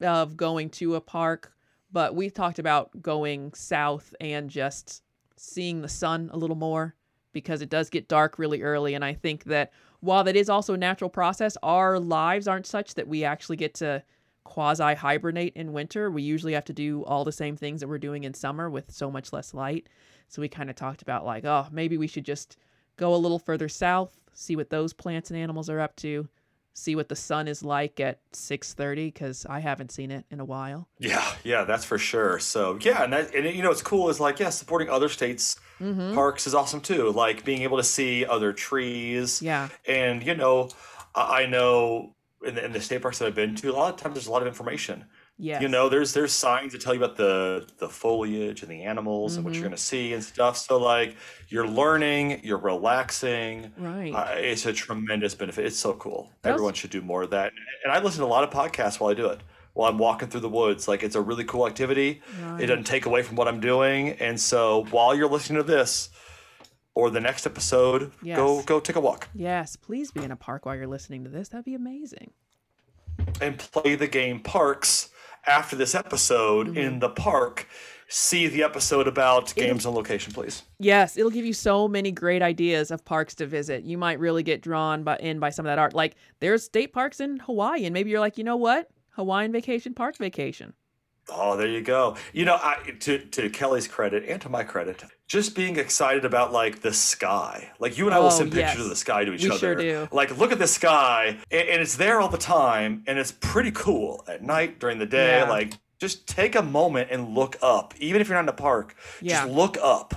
[SPEAKER 1] of going to a park, but we talked about going south and just seeing the sun a little more because it does get dark really early and I think that while that is also a natural process, our lives aren't such that we actually get to quasi hibernate in winter. We usually have to do all the same things that we're doing in summer with so much less light. So we kind of talked about like, oh, maybe we should just go a little further south, see what those plants and animals are up to, see what the sun is like at 6:30 cuz I haven't seen it in a while.
[SPEAKER 2] yeah, yeah, that's for sure. So yeah, and that, and you know, it's cool. Is like, yeah, supporting other states'
[SPEAKER 1] Mm-hmm.
[SPEAKER 2] parks is awesome too. Like being able to see other trees.
[SPEAKER 1] Yeah.
[SPEAKER 2] And you know, I, I know in the, in the state parks that I've been to, a lot of times there's a lot of information.
[SPEAKER 1] Yes.
[SPEAKER 2] You know, there's there's signs that tell you about the the foliage and the animals and what
[SPEAKER 1] Mm-hmm.
[SPEAKER 2] you're gonna see and stuff. So like you're learning, you're relaxing.
[SPEAKER 1] Right.
[SPEAKER 2] Uh, it's a tremendous benefit. It's so cool.
[SPEAKER 1] That was-
[SPEAKER 2] Everyone should do more of that. And I listen to a lot of podcasts while I do it. While I'm walking through the woods, like it's a really cool activity. It doesn't take away from what I'm doing. And so while you're listening to this or the next episode, go
[SPEAKER 1] Yes.
[SPEAKER 2] go take a walk
[SPEAKER 1] yes, please be in a park while you're listening to this. That'd be amazing.
[SPEAKER 2] and play the game Parks after this episode
[SPEAKER 1] Mm-hmm.
[SPEAKER 2] in the park. See the episode about games and location, please.
[SPEAKER 1] Yes, it'll give you so many great ideas of parks to visit. You might really get drawn by, in by some of that art. Like there's state parks in Hawaii, and maybe you're like, you know what? Hawaiian vacation, park vacation.
[SPEAKER 2] Oh, there you go. You know, I, to to Kelly's credit and to my credit, just being excited about like the sky. Like you and I
[SPEAKER 1] Oh,
[SPEAKER 2] will send pictures
[SPEAKER 1] yes.
[SPEAKER 2] of the sky to each
[SPEAKER 1] We
[SPEAKER 2] other.
[SPEAKER 1] sure do.
[SPEAKER 2] Like look at the sky, and, and it's there all the time, and it's pretty cool at night during the day.
[SPEAKER 1] Yeah.
[SPEAKER 2] Like just take a moment and look up, even if you're not in a park.
[SPEAKER 1] Yeah.
[SPEAKER 2] Just look up.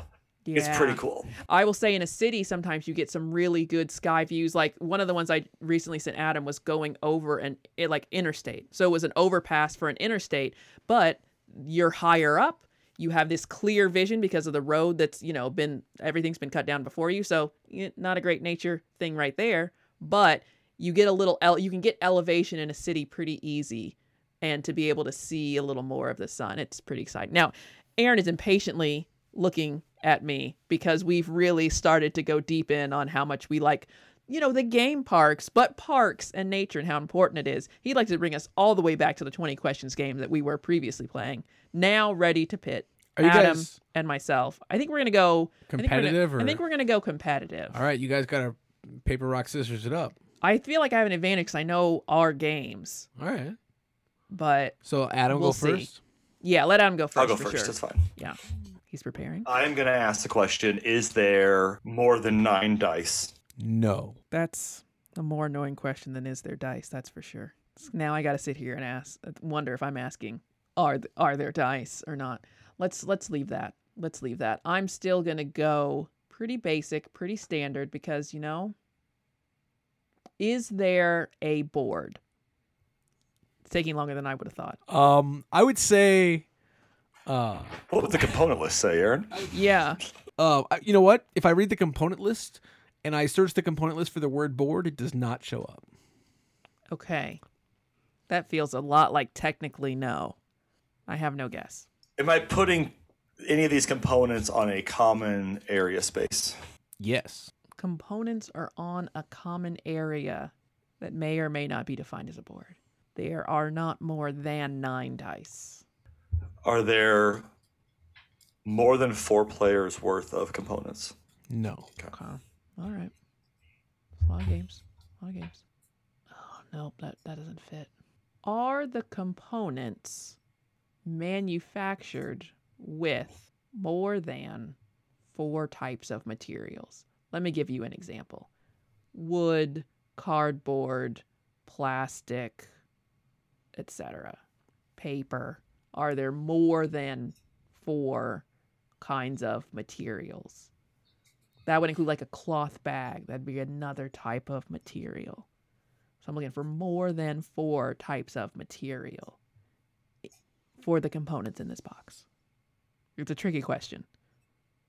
[SPEAKER 2] It's pretty
[SPEAKER 1] Yeah.
[SPEAKER 2] cool.
[SPEAKER 1] I will say in a city, sometimes you get some really good sky views. Like one of the ones I recently sent Adam was going over an it, like interstate. So it was an overpass for an interstate, but you're higher up. You have this clear vision because of the road that's, you know, been everything's been cut down before you. So eh, not a great nature thing right there, but you get a little ele- you can get elevation in a city pretty easy and to be able to see a little more of the sun. It's pretty exciting. Now, Aaron is impatiently looking at me because we've really started to go deep in on how much we like, you know, the game parks, but parks and nature and how important it is. He'd like to bring us all the way back to the 20 questions game that we were previously playing. Now ready to pit
[SPEAKER 3] Are you
[SPEAKER 1] Adam,
[SPEAKER 3] guys-
[SPEAKER 1] and myself. I think we're gonna go I think we're gonna-
[SPEAKER 3] Competitive
[SPEAKER 1] I
[SPEAKER 3] or-
[SPEAKER 1] think we're gonna go competitive.
[SPEAKER 3] All right, you guys got to paper rock scissors it up.
[SPEAKER 1] I feel like I have an advantage because I know our games,
[SPEAKER 3] All right.
[SPEAKER 1] but
[SPEAKER 3] So Adam
[SPEAKER 1] We'll
[SPEAKER 3] go
[SPEAKER 1] see.
[SPEAKER 3] first.
[SPEAKER 1] yeah, let Adam go first.
[SPEAKER 2] I'll go
[SPEAKER 1] for
[SPEAKER 2] first.
[SPEAKER 1] sure.
[SPEAKER 2] That's fine.
[SPEAKER 1] Yeah, he's preparing.
[SPEAKER 2] I'm going to ask the question Is there more than nine dice?
[SPEAKER 3] No.
[SPEAKER 1] That's a more annoying question than is there dice. That's for sure. S- Now I got to sit here and ask, uh, wonder if I'm asking, are th- are there dice or not? Let's let's leave that. Let's leave that. I'm still gonna go pretty basic, pretty standard because you know, is there a board? It's taking longer than I would have thought.
[SPEAKER 3] Um, I would say, uh,
[SPEAKER 2] What would the component list say, Aaron?
[SPEAKER 1] Yeah,
[SPEAKER 3] uh, I- you know what? If I read the component list and I search the component list for the word board, it does not show up.
[SPEAKER 1] okay. That feels a lot like technically no. I have no guess.
[SPEAKER 2] Am I putting any of these components on a common area space?
[SPEAKER 3] Yes.
[SPEAKER 1] components are on a common area that may or may not be defined as a board. There are not more than nine dice.
[SPEAKER 2] Are there more than four players worth of components?
[SPEAKER 3] No.
[SPEAKER 1] Okay. All right. A lot of games. A lot of games. Oh, nope. That, that doesn't fit. Are the components manufactured with more than four types of materials? Let me give you an example wood, cardboard, plastic, etc., paper. Are there more than four kinds of materials? That would include like a cloth bag. That'd be another type of material. So I'm looking for more than four types of material for the components in this box. It's a tricky question.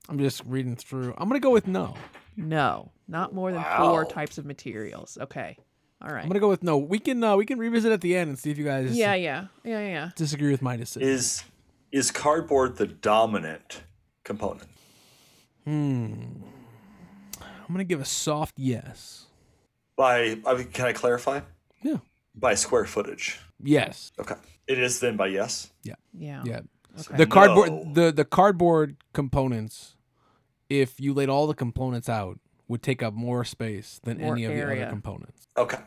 [SPEAKER 3] I'm just reading through. I'm gonna go with no.
[SPEAKER 1] No, not more than four
[SPEAKER 2] Wow.
[SPEAKER 1] types of materials. Okay. All right.
[SPEAKER 3] I'm gonna go with no. We can uh, we can revisit at the end and see if you guys
[SPEAKER 1] Yeah, yeah. Yeah, yeah, yeah.
[SPEAKER 3] disagree with my decision.
[SPEAKER 2] Is is cardboard the dominant component?
[SPEAKER 3] Hmm. I'm gonna give a soft yes.
[SPEAKER 2] By I mean, can I clarify?
[SPEAKER 3] Yeah.
[SPEAKER 2] By square footage.
[SPEAKER 3] Yes.
[SPEAKER 2] Okay. It is then by yes.
[SPEAKER 1] Yeah.
[SPEAKER 3] Yeah.
[SPEAKER 1] Oh, Okay.
[SPEAKER 3] The cardboard
[SPEAKER 2] No.
[SPEAKER 3] the the cardboard components, if you laid all the components out, would take up more space than
[SPEAKER 1] More
[SPEAKER 3] any of the
[SPEAKER 1] area.
[SPEAKER 3] other components.
[SPEAKER 2] Okay.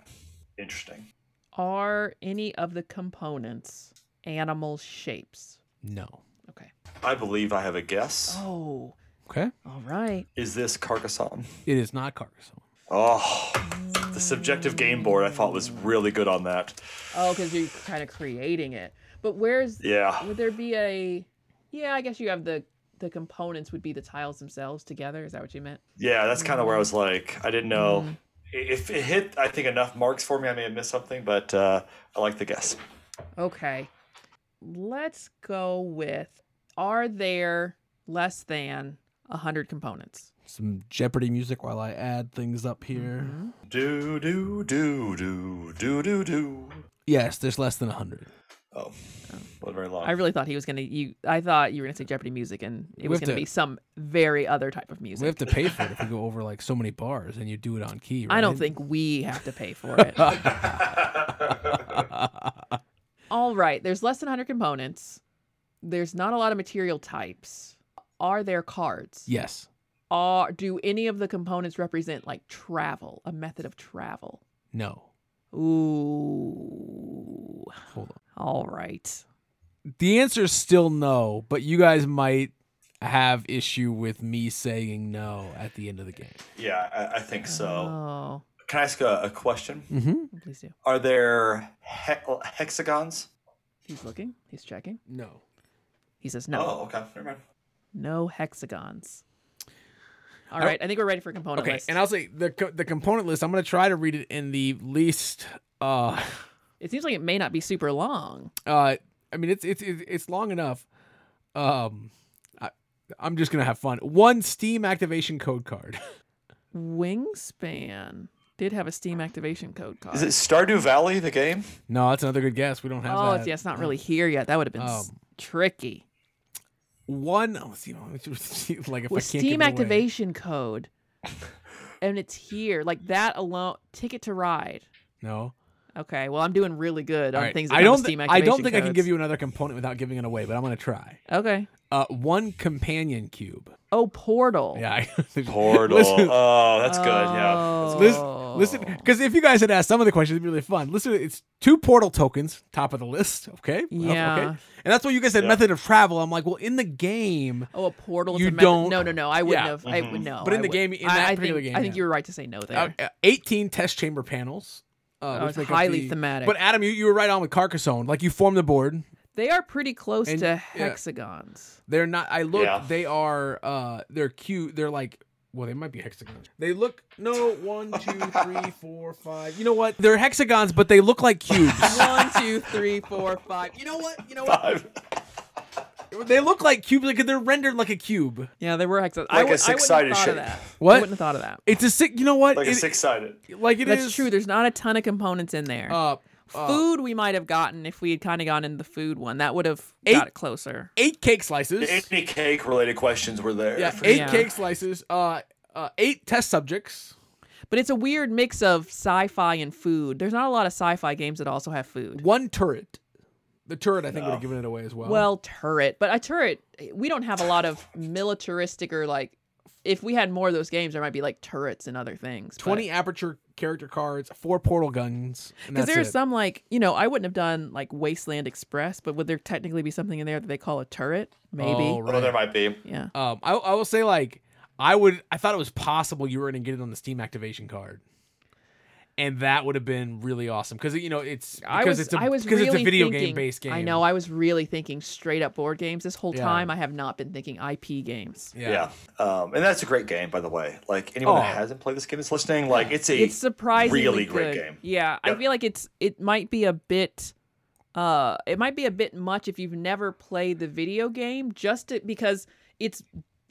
[SPEAKER 2] Interesting.
[SPEAKER 1] Are any of the components animal shapes?
[SPEAKER 3] No.
[SPEAKER 1] Okay.
[SPEAKER 2] I believe I have a guess.
[SPEAKER 1] Oh,
[SPEAKER 3] Okay.
[SPEAKER 1] all right.
[SPEAKER 2] Is this Carcassonne?
[SPEAKER 3] It is not Carcassonne.
[SPEAKER 2] Oh, the subjective game board I thought was really good on that.
[SPEAKER 1] Oh, because you're kind of creating it. But where's
[SPEAKER 2] Yeah.
[SPEAKER 1] would there be a? Yeah, I guess you have the the components would be the tiles themselves together. Is that what you meant?
[SPEAKER 2] Yeah, that's kind of where I was like, I didn't know.
[SPEAKER 1] Mm-hmm.
[SPEAKER 2] If it hit, I think, enough marks for me, I may have missed something, but uh, I like the guess.
[SPEAKER 1] Okay, let's go with. Are there less than a hundred components?
[SPEAKER 3] Some Jeopardy music while I add things up here.
[SPEAKER 1] Mhm.
[SPEAKER 2] Do, do, do, do, do, do, do.
[SPEAKER 3] Yes, there's less than hundred.
[SPEAKER 2] Oh, wasn't very long.
[SPEAKER 1] I
[SPEAKER 2] *laughs*
[SPEAKER 1] really thought he was gonna. You, I thought you were gonna say Jeopardy music, and it
[SPEAKER 3] We
[SPEAKER 1] was
[SPEAKER 3] have
[SPEAKER 1] gonna
[SPEAKER 3] to-
[SPEAKER 1] be some very other type of music.
[SPEAKER 3] We have to pay for it if we go over like so many bars and you do it on key. Right?
[SPEAKER 1] I don't think we have to pay for
[SPEAKER 3] *laughs*
[SPEAKER 1] it. All right. There's less than 100 components. There's not a lot of material types. Are there cards?
[SPEAKER 3] Yes.
[SPEAKER 1] Are do any of the components represent like travel, a method of travel?
[SPEAKER 3] No.
[SPEAKER 1] Ooh.
[SPEAKER 3] Hold on.
[SPEAKER 1] All right.
[SPEAKER 3] The answer is still no, but you guys might have issue with me saying no at the end of the game.
[SPEAKER 2] yeah, I, I think so.
[SPEAKER 1] Oh,
[SPEAKER 2] Can I ask a, a question?
[SPEAKER 3] Mm-hmm.
[SPEAKER 1] please do.
[SPEAKER 2] Are there he- hexagons?
[SPEAKER 1] He's looking. He's checking.
[SPEAKER 3] No.
[SPEAKER 1] He says no.
[SPEAKER 2] Oh, okay. Never mind.
[SPEAKER 1] No hexagons. All
[SPEAKER 3] I-
[SPEAKER 1] right. I think we're ready for component
[SPEAKER 3] Okay,
[SPEAKER 1] list.
[SPEAKER 3] and I'll say the co- the component list. I'm gonna try to read it in the least. Uh,
[SPEAKER 1] it seems like it may not be super long.
[SPEAKER 3] uh, I mean, it's it's it's it's long enough. Um, I, I'm just gonna have fun. One Steam activation code card. *laughs*
[SPEAKER 1] Wingspan did have a Steam activation code card.
[SPEAKER 2] Is it Stardew Valley, the game?
[SPEAKER 3] no, that's another good guess. We don't have
[SPEAKER 1] oh,
[SPEAKER 3] that.
[SPEAKER 1] it's, yeah, it's not really here yet. That would have been s-
[SPEAKER 3] Um,
[SPEAKER 1] tricky.
[SPEAKER 3] One. Oh, see, *laughs* like if I
[SPEAKER 1] With
[SPEAKER 3] can't
[SPEAKER 1] Steam
[SPEAKER 3] give it away.
[SPEAKER 1] activation
[SPEAKER 3] *laughs*
[SPEAKER 1] code, and it's here. Like that alone, Ticket to Ride.
[SPEAKER 3] No.
[SPEAKER 1] Okay. Well, I'm doing really good on
[SPEAKER 3] All right.
[SPEAKER 1] things. That
[SPEAKER 3] I
[SPEAKER 1] have
[SPEAKER 3] don't. thi-
[SPEAKER 1] Steam
[SPEAKER 3] I don't
[SPEAKER 1] activation
[SPEAKER 3] think I can
[SPEAKER 1] codes.
[SPEAKER 3] give you another component without giving it away, but I'm gonna try.
[SPEAKER 1] Okay.
[SPEAKER 3] Uh, one companion cube.
[SPEAKER 1] Oh, Portal.
[SPEAKER 3] Yeah. I, *laughs*
[SPEAKER 2] Portal.
[SPEAKER 3] Listen,
[SPEAKER 2] Oh, that's good. Yeah.
[SPEAKER 1] Oh.
[SPEAKER 3] listen, listen. Because if you guys had asked some of the questions, it'd be really fun. Listen, it's two portal tokens, top of the list. Okay. Well,
[SPEAKER 1] Yeah.
[SPEAKER 3] Oh, Okay. And that's what you guys said.
[SPEAKER 2] Yeah.
[SPEAKER 3] Method of travel. I'm like, well, in the game,
[SPEAKER 1] Oh, a portal. is
[SPEAKER 3] You
[SPEAKER 1] a method-
[SPEAKER 3] don't-
[SPEAKER 1] No, no, no. I wouldn't
[SPEAKER 3] Yeah.
[SPEAKER 1] have. I would
[SPEAKER 2] Mhm.
[SPEAKER 1] no.
[SPEAKER 3] But in
[SPEAKER 1] I
[SPEAKER 3] the
[SPEAKER 1] would-
[SPEAKER 3] game- in
[SPEAKER 1] I-
[SPEAKER 3] that
[SPEAKER 1] I
[SPEAKER 3] particular
[SPEAKER 1] think-
[SPEAKER 3] game,
[SPEAKER 1] I think
[SPEAKER 3] yeah.
[SPEAKER 1] you're right to say no there.
[SPEAKER 3] uh, uh, 18 test chamber panels. Uh,
[SPEAKER 1] Oh,
[SPEAKER 3] which
[SPEAKER 1] it's
[SPEAKER 3] make up
[SPEAKER 1] highly
[SPEAKER 3] the-
[SPEAKER 1] thematic.
[SPEAKER 3] But Adam, you, you were right on with Carcassonne. Like you form the board.
[SPEAKER 1] they are pretty close
[SPEAKER 3] and-
[SPEAKER 1] to
[SPEAKER 3] yeah. *laughs*
[SPEAKER 1] hexagons.
[SPEAKER 3] They're not. I look.
[SPEAKER 2] Yeah.
[SPEAKER 3] They are. Uh, they're cute. They're like. Well, they might be hexagons. They look no one, two, three, *laughs* four, five. You know what? They're hexagons, but they look
[SPEAKER 1] *laughs*
[SPEAKER 3] like cubes.
[SPEAKER 1] One, two, three, four, five.
[SPEAKER 3] you know what? You know
[SPEAKER 2] Yeah.
[SPEAKER 3] what?
[SPEAKER 2] Five.
[SPEAKER 3] They look like cubes. Like they're rendered like a cube.
[SPEAKER 1] Yeah, they were hexagons.
[SPEAKER 2] Like
[SPEAKER 1] I
[SPEAKER 2] a
[SPEAKER 1] would, I wouldn't
[SPEAKER 2] six-sided
[SPEAKER 1] have thought of
[SPEAKER 2] shape.
[SPEAKER 1] that.
[SPEAKER 3] What?
[SPEAKER 1] I wouldn't have thought of that.
[SPEAKER 3] It's a sick. You know what?
[SPEAKER 2] Like a
[SPEAKER 3] It-
[SPEAKER 2] six sided.
[SPEAKER 3] Like it
[SPEAKER 1] That's
[SPEAKER 3] is-
[SPEAKER 1] true. There's not a ton of components in there.
[SPEAKER 3] Uh, uh,
[SPEAKER 1] food we might have gotten if we had kind of gone into the food one. That would have
[SPEAKER 3] Eight-
[SPEAKER 1] got it closer.
[SPEAKER 3] eight cake slices.
[SPEAKER 2] Any cake related questions were there.
[SPEAKER 3] yeah,
[SPEAKER 2] for
[SPEAKER 3] eight
[SPEAKER 2] sure.
[SPEAKER 1] Yeah.
[SPEAKER 3] cake slices. Uh, uh, eight test subjects.
[SPEAKER 1] But it's a weird mix of sci-fi and food. There's not a lot of sci-fi games that also have food.
[SPEAKER 3] One turret. The turret, I think, would have given it away as well.
[SPEAKER 1] Oh. Well, turret, but a turret. We don't have a lot of militaristic or like. If we had more of those games, there might be like turrets and other things. but-
[SPEAKER 3] twenty aperture character cards, four portal guns, and
[SPEAKER 1] Because
[SPEAKER 3] that's
[SPEAKER 1] there's
[SPEAKER 3] it.
[SPEAKER 1] some like you know I wouldn't have done like Wasteland Express, but would there technically be something in there that they call a turret? Maybe.
[SPEAKER 3] Oh, right.
[SPEAKER 2] Oh, there might be.
[SPEAKER 1] Yeah.
[SPEAKER 3] Um, I, I will say like I would I thought it was possible you were going to get it on the Steam activation card, and that would have been really awesome because you know it's because
[SPEAKER 1] I was
[SPEAKER 3] it's a,
[SPEAKER 1] I was
[SPEAKER 3] 'cause
[SPEAKER 1] really
[SPEAKER 3] it's a video
[SPEAKER 1] thinking,
[SPEAKER 3] game based game.
[SPEAKER 1] I know I was really thinking straight up board games this whole
[SPEAKER 3] Yeah.
[SPEAKER 1] time. I have not been thinking IP games.
[SPEAKER 2] Yeah. Um, and that's a great game, by the way. Like anyone
[SPEAKER 3] Oh.
[SPEAKER 2] that hasn't played this game is listening. Like it's a
[SPEAKER 1] It's surprisingly
[SPEAKER 2] really great
[SPEAKER 1] good.
[SPEAKER 2] game.
[SPEAKER 1] Yeah, I
[SPEAKER 2] Yep.
[SPEAKER 1] feel like it's it might be a bit uh it might be a bit much if you've never played the video game just to, because it's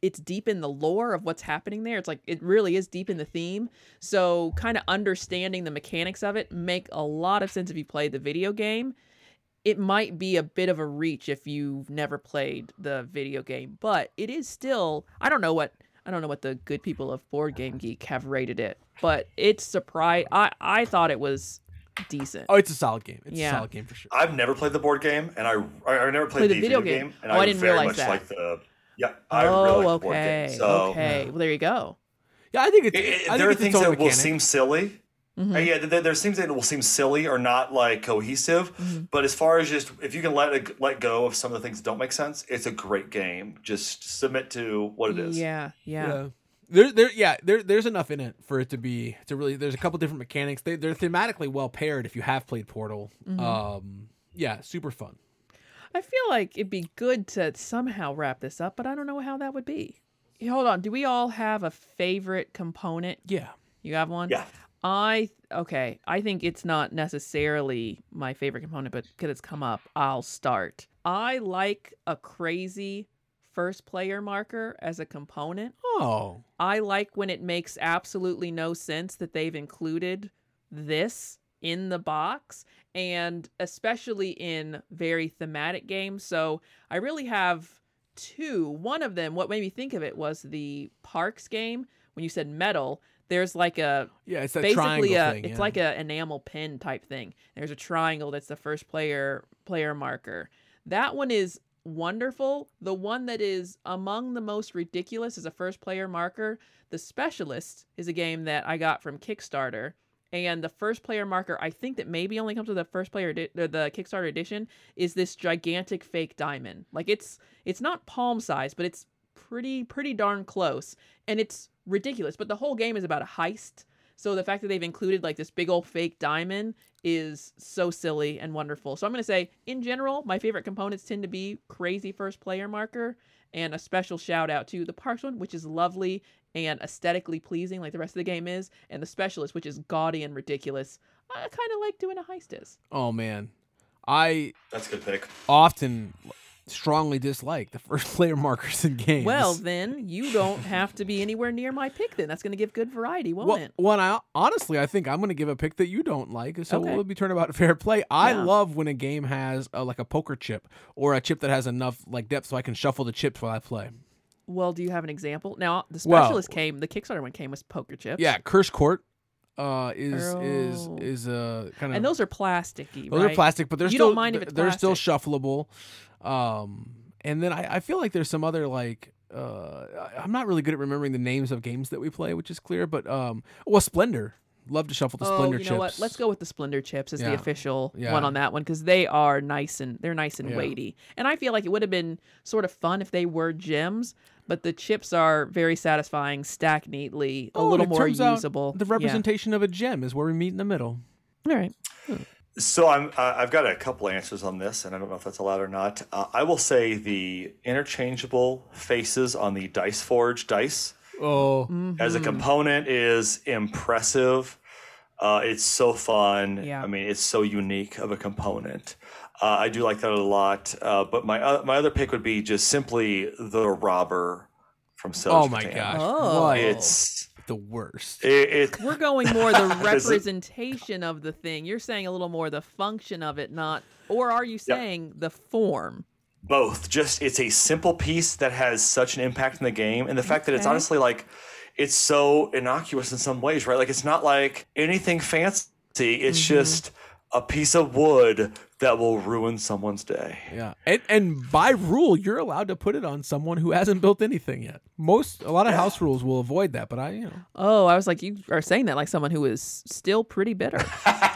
[SPEAKER 1] it's deep in the lore of what's happening there. It's like it really is deep in the theme. So kind of understanding the mechanics of it make a lot of sense if you played the video game. It might be a bit of a reach if you've never played the video game, but it is still I don't know what I don't know what the good people of Board Game Geek have rated it, but it's surprise I I thought it was decent.
[SPEAKER 3] Oh, it's a solid game. It's
[SPEAKER 1] Yeah.
[SPEAKER 3] a solid game for sure.
[SPEAKER 2] I've never played the board game, and I I I've never played
[SPEAKER 1] Played
[SPEAKER 2] the video game, and
[SPEAKER 1] Oh, I didn't
[SPEAKER 2] very
[SPEAKER 1] realize
[SPEAKER 2] much
[SPEAKER 1] that.
[SPEAKER 2] like the yeah. I
[SPEAKER 1] oh,
[SPEAKER 2] really like
[SPEAKER 1] okay.
[SPEAKER 2] the board game. So
[SPEAKER 1] okay. Well, there you go.
[SPEAKER 3] Yeah, I think it's.
[SPEAKER 2] it- it-
[SPEAKER 3] I think
[SPEAKER 2] there are
[SPEAKER 3] it's its
[SPEAKER 2] things
[SPEAKER 3] own
[SPEAKER 2] that will
[SPEAKER 3] mechanic. Mm-hmm.
[SPEAKER 2] seem silly.
[SPEAKER 1] Mhm.
[SPEAKER 2] Uh, yeah, there, there seems that will seem silly or not like cohesive.
[SPEAKER 3] Mm-hmm.
[SPEAKER 2] But as far as just if you can let it, let go of some of the things that don't make sense, it's a great game. Just submit to what it is.
[SPEAKER 1] Yeah, yeah.
[SPEAKER 3] Yeah. There, there, yeah, there, there's enough in it for it to be to really. There's a couple different mechanics. They, they're thematically well paired if you have played Portal.
[SPEAKER 1] Mm-hmm.
[SPEAKER 3] Um, yeah, super fun.
[SPEAKER 1] I feel like it'd be good to somehow wrap this up, but I don't know how that would be. Yeah, Hold on. Do we all have a favorite component?
[SPEAKER 3] Yeah,
[SPEAKER 1] You have one?
[SPEAKER 2] Yeah.
[SPEAKER 1] I okay. I think it's not necessarily my favorite component, but because it's come up, I'll start. I like a crazy first player marker as a component.
[SPEAKER 3] Oh,
[SPEAKER 1] I like when it makes absolutely no sense that they've included this in the box and especially in very thematic games. So I really have two. One of them, what made me think of it was the Parks game. When you said metal, there's like a
[SPEAKER 3] yeah, it's that
[SPEAKER 1] basically
[SPEAKER 3] triangle
[SPEAKER 1] a
[SPEAKER 3] thing.
[SPEAKER 1] it's like a enamel pin type thing. There's a triangle that's the first player player marker. That one is wonderful. The one that is among the most ridiculous is a first player marker. The Specialist is a game that I got from Kickstarter. And the first player marker, I think that maybe only comes with the first player edi- or the Kickstarter edition, is this gigantic fake diamond. Like it's it's not palm size, but it's pretty pretty darn close, and it's ridiculous. But the whole game is about a heist, so the fact that they've included like this big old fake diamond is so silly and wonderful. So I'm going to say, in general, my favorite components tend to be crazy first player marker and a special shout out to the Parks one, which is lovely and aesthetically pleasing, like the rest of the game is, and the Specialist, which is gaudy and ridiculous. I kind of like doing a heist is.
[SPEAKER 3] oh man, I
[SPEAKER 2] That's a good pick.
[SPEAKER 3] often strongly dislike the *laughs* first player markers in games.
[SPEAKER 1] Well, then you don't have to be anywhere near my pick. Then that's going to give good variety, won't
[SPEAKER 3] well,
[SPEAKER 1] it?
[SPEAKER 3] one I honestly I think I'm going to give a pick that you don't like, so
[SPEAKER 1] Okay.
[SPEAKER 3] we'll be turning about *laughs* fair play. I
[SPEAKER 1] Yeah.
[SPEAKER 3] love when a game has a, like a poker chip or a chip that has enough like depth so I can shuffle the chips while I play.
[SPEAKER 1] Well, do you have an example? Now, the
[SPEAKER 3] Well-
[SPEAKER 1] Specialist came, the Kickstarter one came with poker chips.
[SPEAKER 3] Yeah, Curse Court, uh, is is
[SPEAKER 1] Oh.
[SPEAKER 3] is uh, kind of
[SPEAKER 1] And those are plasticky,
[SPEAKER 3] those
[SPEAKER 1] right?
[SPEAKER 3] are plastic, but they're
[SPEAKER 1] You
[SPEAKER 3] still
[SPEAKER 1] don't mind if
[SPEAKER 3] th-
[SPEAKER 1] it's
[SPEAKER 3] they're still shuffleable. Um, and then I, I feel like there's some other like uh, I- I'm not really good at remembering the names of games that we play, which is clear. But um, well, Splendor, love to shuffle the
[SPEAKER 1] oh,
[SPEAKER 3] Splendor
[SPEAKER 1] you know
[SPEAKER 3] chips.
[SPEAKER 1] what? Let's go with the Splendor chips as
[SPEAKER 3] Yeah.
[SPEAKER 1] the official
[SPEAKER 3] Yeah.
[SPEAKER 1] one on that one because they are nice and they're nice and
[SPEAKER 3] Yeah.
[SPEAKER 1] weighty. And I feel like it would have been sort of fun if they were gems, but the chips are very satisfying, stacked neatly, a
[SPEAKER 3] Oh,
[SPEAKER 1] little
[SPEAKER 3] it
[SPEAKER 1] more
[SPEAKER 3] turns out
[SPEAKER 1] usable.
[SPEAKER 3] The
[SPEAKER 1] Yeah.
[SPEAKER 3] representation of a gem is where we meet in the middle.
[SPEAKER 1] All right.
[SPEAKER 2] So I'm I- I've got a couple answers on this, and I don't know if that's allowed or not. Uh, I will say the interchangeable faces on the Dice Forge dice
[SPEAKER 3] Oh,
[SPEAKER 2] as
[SPEAKER 1] Mm-hmm. Mm.
[SPEAKER 2] a component is impressive. Uh, it's so fun.
[SPEAKER 1] Yeah.
[SPEAKER 2] I mean, it's so unique of a component. Uh, I do like that a lot. Uh, but my uh, my other pick would be just simply the robber from Sailor
[SPEAKER 3] oh my gosh!
[SPEAKER 1] Oh.
[SPEAKER 3] What
[SPEAKER 2] It's
[SPEAKER 3] the worst.
[SPEAKER 2] it, it
[SPEAKER 1] We're going more
[SPEAKER 2] *laughs*
[SPEAKER 1] the
[SPEAKER 2] Is it-
[SPEAKER 1] representation of the thing. You're saying a little more the function of it, not, or are you saying the form?
[SPEAKER 2] both just it's a simple piece that has such an impact in the game and the fact that it's
[SPEAKER 1] Okay.
[SPEAKER 2] honestly like it's so innocuous in some ways right like it's not like anything fancy it's
[SPEAKER 1] Mm-hmm.
[SPEAKER 2] just a piece of wood that will ruin someone's day
[SPEAKER 3] Yeah, and and by rule, you're allowed to put it on someone who hasn't built anything yet. Most a lot of house rules will avoid that, but I you know
[SPEAKER 1] Oh, I was like, you are saying that like someone who is still pretty
[SPEAKER 2] *laughs*
[SPEAKER 1] bitter.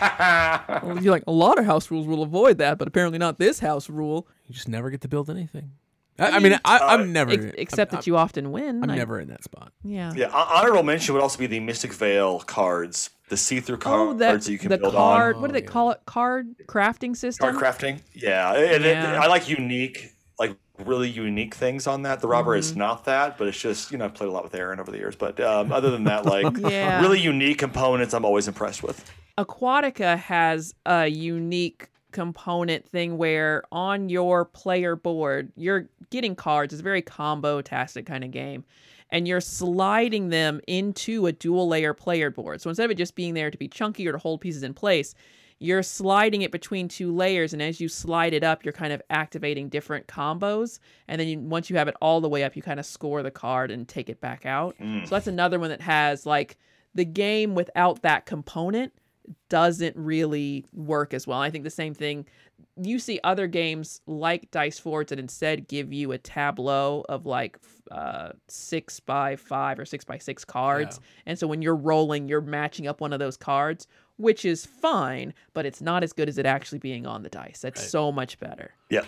[SPEAKER 1] Well, You're like, a lot of house rules will avoid that, but apparently not this house rule,
[SPEAKER 3] you just never get to build anything. I, I mean, I, I'm never
[SPEAKER 1] uh, ex- except
[SPEAKER 3] I'm,
[SPEAKER 1] that you often win.
[SPEAKER 3] I'm
[SPEAKER 1] I-
[SPEAKER 3] never in that spot.
[SPEAKER 1] Yeah.
[SPEAKER 2] yeah hon- honorable mention would also be the mystic veil cards the see-through car-
[SPEAKER 1] Oh, that
[SPEAKER 2] cards that you can
[SPEAKER 1] the
[SPEAKER 2] build
[SPEAKER 1] card.
[SPEAKER 2] on
[SPEAKER 1] What do they
[SPEAKER 3] Oh, yeah.
[SPEAKER 1] call it? Card crafting system.
[SPEAKER 2] card crafting yeah and it-
[SPEAKER 1] Yeah.
[SPEAKER 2] i like unique like really unique things on that the robber
[SPEAKER 1] Mm-hmm.
[SPEAKER 2] is not that but it's just you know i've played a lot with aaron over the years but um, other than that like
[SPEAKER 1] *laughs* Yeah.
[SPEAKER 2] really unique components i'm always impressed with
[SPEAKER 1] Aquatica has a unique component thing where on your player board, you're getting cards. It's a very combo tastic kind of game. And you're sliding them into a dual layer player board. So instead of it just being there to be chunky or to hold pieces in place, you're sliding it between two layers. And as you slide it up, you're kind of activating different combos. And then you, once you have it all the way up, you kind of score the card and take it back out.
[SPEAKER 2] Hmm. Mm.
[SPEAKER 1] So that's another one that has like the game without that component doesn't really work as well. I think the same thing you see other games like Dice Forge that instead give you a tableau of like f- uh, six by five or six by six cards. And so when you're rolling, you're matching up one of those cards, which is fine, but it's not as good as it actually being on the dice. That's so much better.
[SPEAKER 2] yeah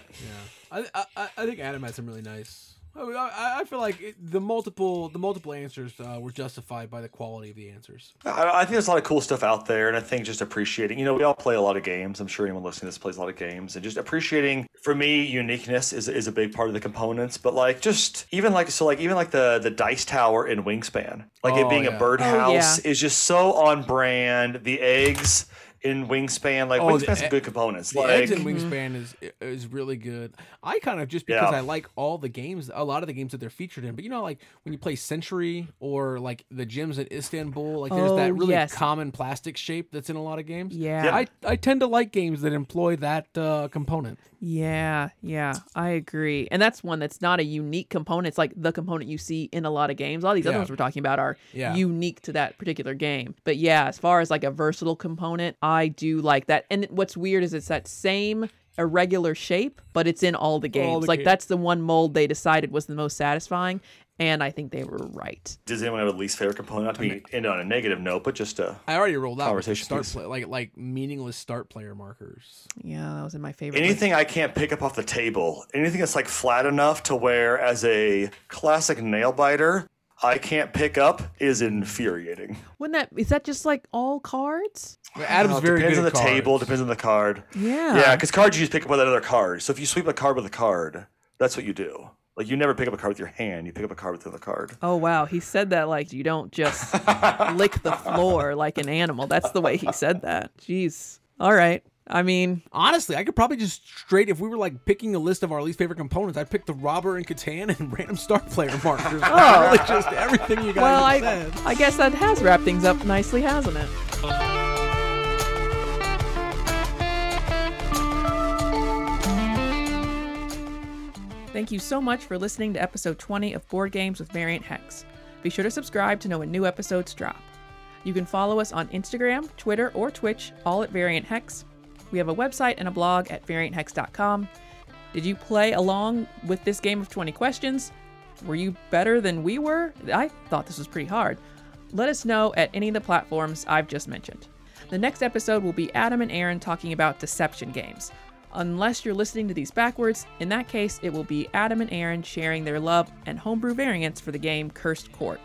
[SPEAKER 3] I, I I think Adam had some really nice. I mean, I, I feel like it, the multiple the multiple answers uh, were justified by the quality of the answers.
[SPEAKER 2] I, I think there's a lot of cool stuff out there and i think just appreciating you know we all play a lot of games i'm sure anyone listening to this plays a lot of games and just appreciating for me uniqueness is, is a big part of the components but like just even like so like even like the the dice tower in wingspan like
[SPEAKER 3] Oh,
[SPEAKER 2] it being
[SPEAKER 3] yeah.
[SPEAKER 2] a birdhouse is just so on brand the eggs in wingspan like
[SPEAKER 3] Oh, the
[SPEAKER 2] wingspan's
[SPEAKER 3] e-
[SPEAKER 2] some good components
[SPEAKER 3] The
[SPEAKER 2] like
[SPEAKER 3] eggs and
[SPEAKER 1] Mm-hmm.
[SPEAKER 3] wingspan is is really good. I kind of just because
[SPEAKER 2] Yeah.
[SPEAKER 3] I like all the games, a lot of the games that they're featured in. But you know, like when you play Century or like the gyms in Istanbul, like there's
[SPEAKER 1] Oh,
[SPEAKER 3] that really
[SPEAKER 1] yes.
[SPEAKER 3] common plastic shape that's in a lot of games.
[SPEAKER 1] Yeah.
[SPEAKER 2] Yeah.
[SPEAKER 3] I, I tend to like games that employ that uh, component.
[SPEAKER 1] Yeah, yeah, I agree. And that's one that's not a unique component. It's like the component you see in a lot of games. A lot of these other
[SPEAKER 3] Yeah.
[SPEAKER 1] ones we're talking about are
[SPEAKER 3] Yeah.
[SPEAKER 1] unique to that particular game. But yeah, as far as like a versatile component, I do like that. And what's weird is it's that same irregular shape, but it's in all the games.
[SPEAKER 3] the
[SPEAKER 1] like
[SPEAKER 3] games.
[SPEAKER 1] that's the one mold they decided was the most satisfying, and I think they were right.
[SPEAKER 2] Does anyone have a least favorite component? Not to be end on a negative note, but just uh,
[SPEAKER 3] I already rolled out with
[SPEAKER 2] Conversation
[SPEAKER 3] start
[SPEAKER 2] piece.
[SPEAKER 3] play, like like meaningless start player markers.
[SPEAKER 1] Yeah, that was in my favorite. list.
[SPEAKER 2] anything I can't pick up off the table, anything that's like flat enough to where, as a classic nail biter, I can't pick up is infuriating.
[SPEAKER 1] Wouldn't that is that just like all cards?
[SPEAKER 3] Adam's
[SPEAKER 2] Uh,
[SPEAKER 3] very
[SPEAKER 2] depends
[SPEAKER 3] good
[SPEAKER 2] on the
[SPEAKER 3] at cards.
[SPEAKER 2] table, depends on the card.
[SPEAKER 1] Yeah.
[SPEAKER 2] Yeah, because cards you just pick up with another card. So if you sweep a card with a card, that's what you do. Like you never pick up a card with your hand; you pick up a card with another card.
[SPEAKER 1] Oh wow, he said that like you don't just lick the floor like an animal. That's the way he said that. Jeez. All right. I mean,
[SPEAKER 3] Honestly, I could probably just straight if we were like picking a list of our least favorite components, I'd pick the robber and Catan and *laughs* random start player markers. oh, just everything you guys
[SPEAKER 1] well, I
[SPEAKER 3] said.
[SPEAKER 1] I guess that has wrapped things up nicely, hasn't it? Thank you so much for listening to episode 20 of Board Games with Variant Hex. Be sure to subscribe to know when new episodes drop. You can follow us on Instagram, Twitter, or Twitch, all at Variant Hex. We have a website and a blog at varianthex.com. Did you play along with this game of 20 questions? Were you better than we were? I thought this was pretty hard. Let us know at any of the platforms I've just mentioned. The next episode will be Adam and Aaron talking about deception games. Unless you're listening to these backwards, in that case, it will be Adam and Aaron sharing their love and homebrew variants for the game Cursed Court.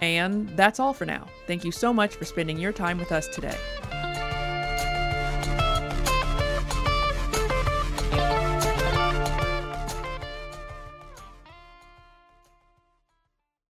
[SPEAKER 1] And that's all for now. Thank you so much for spending your time with us today.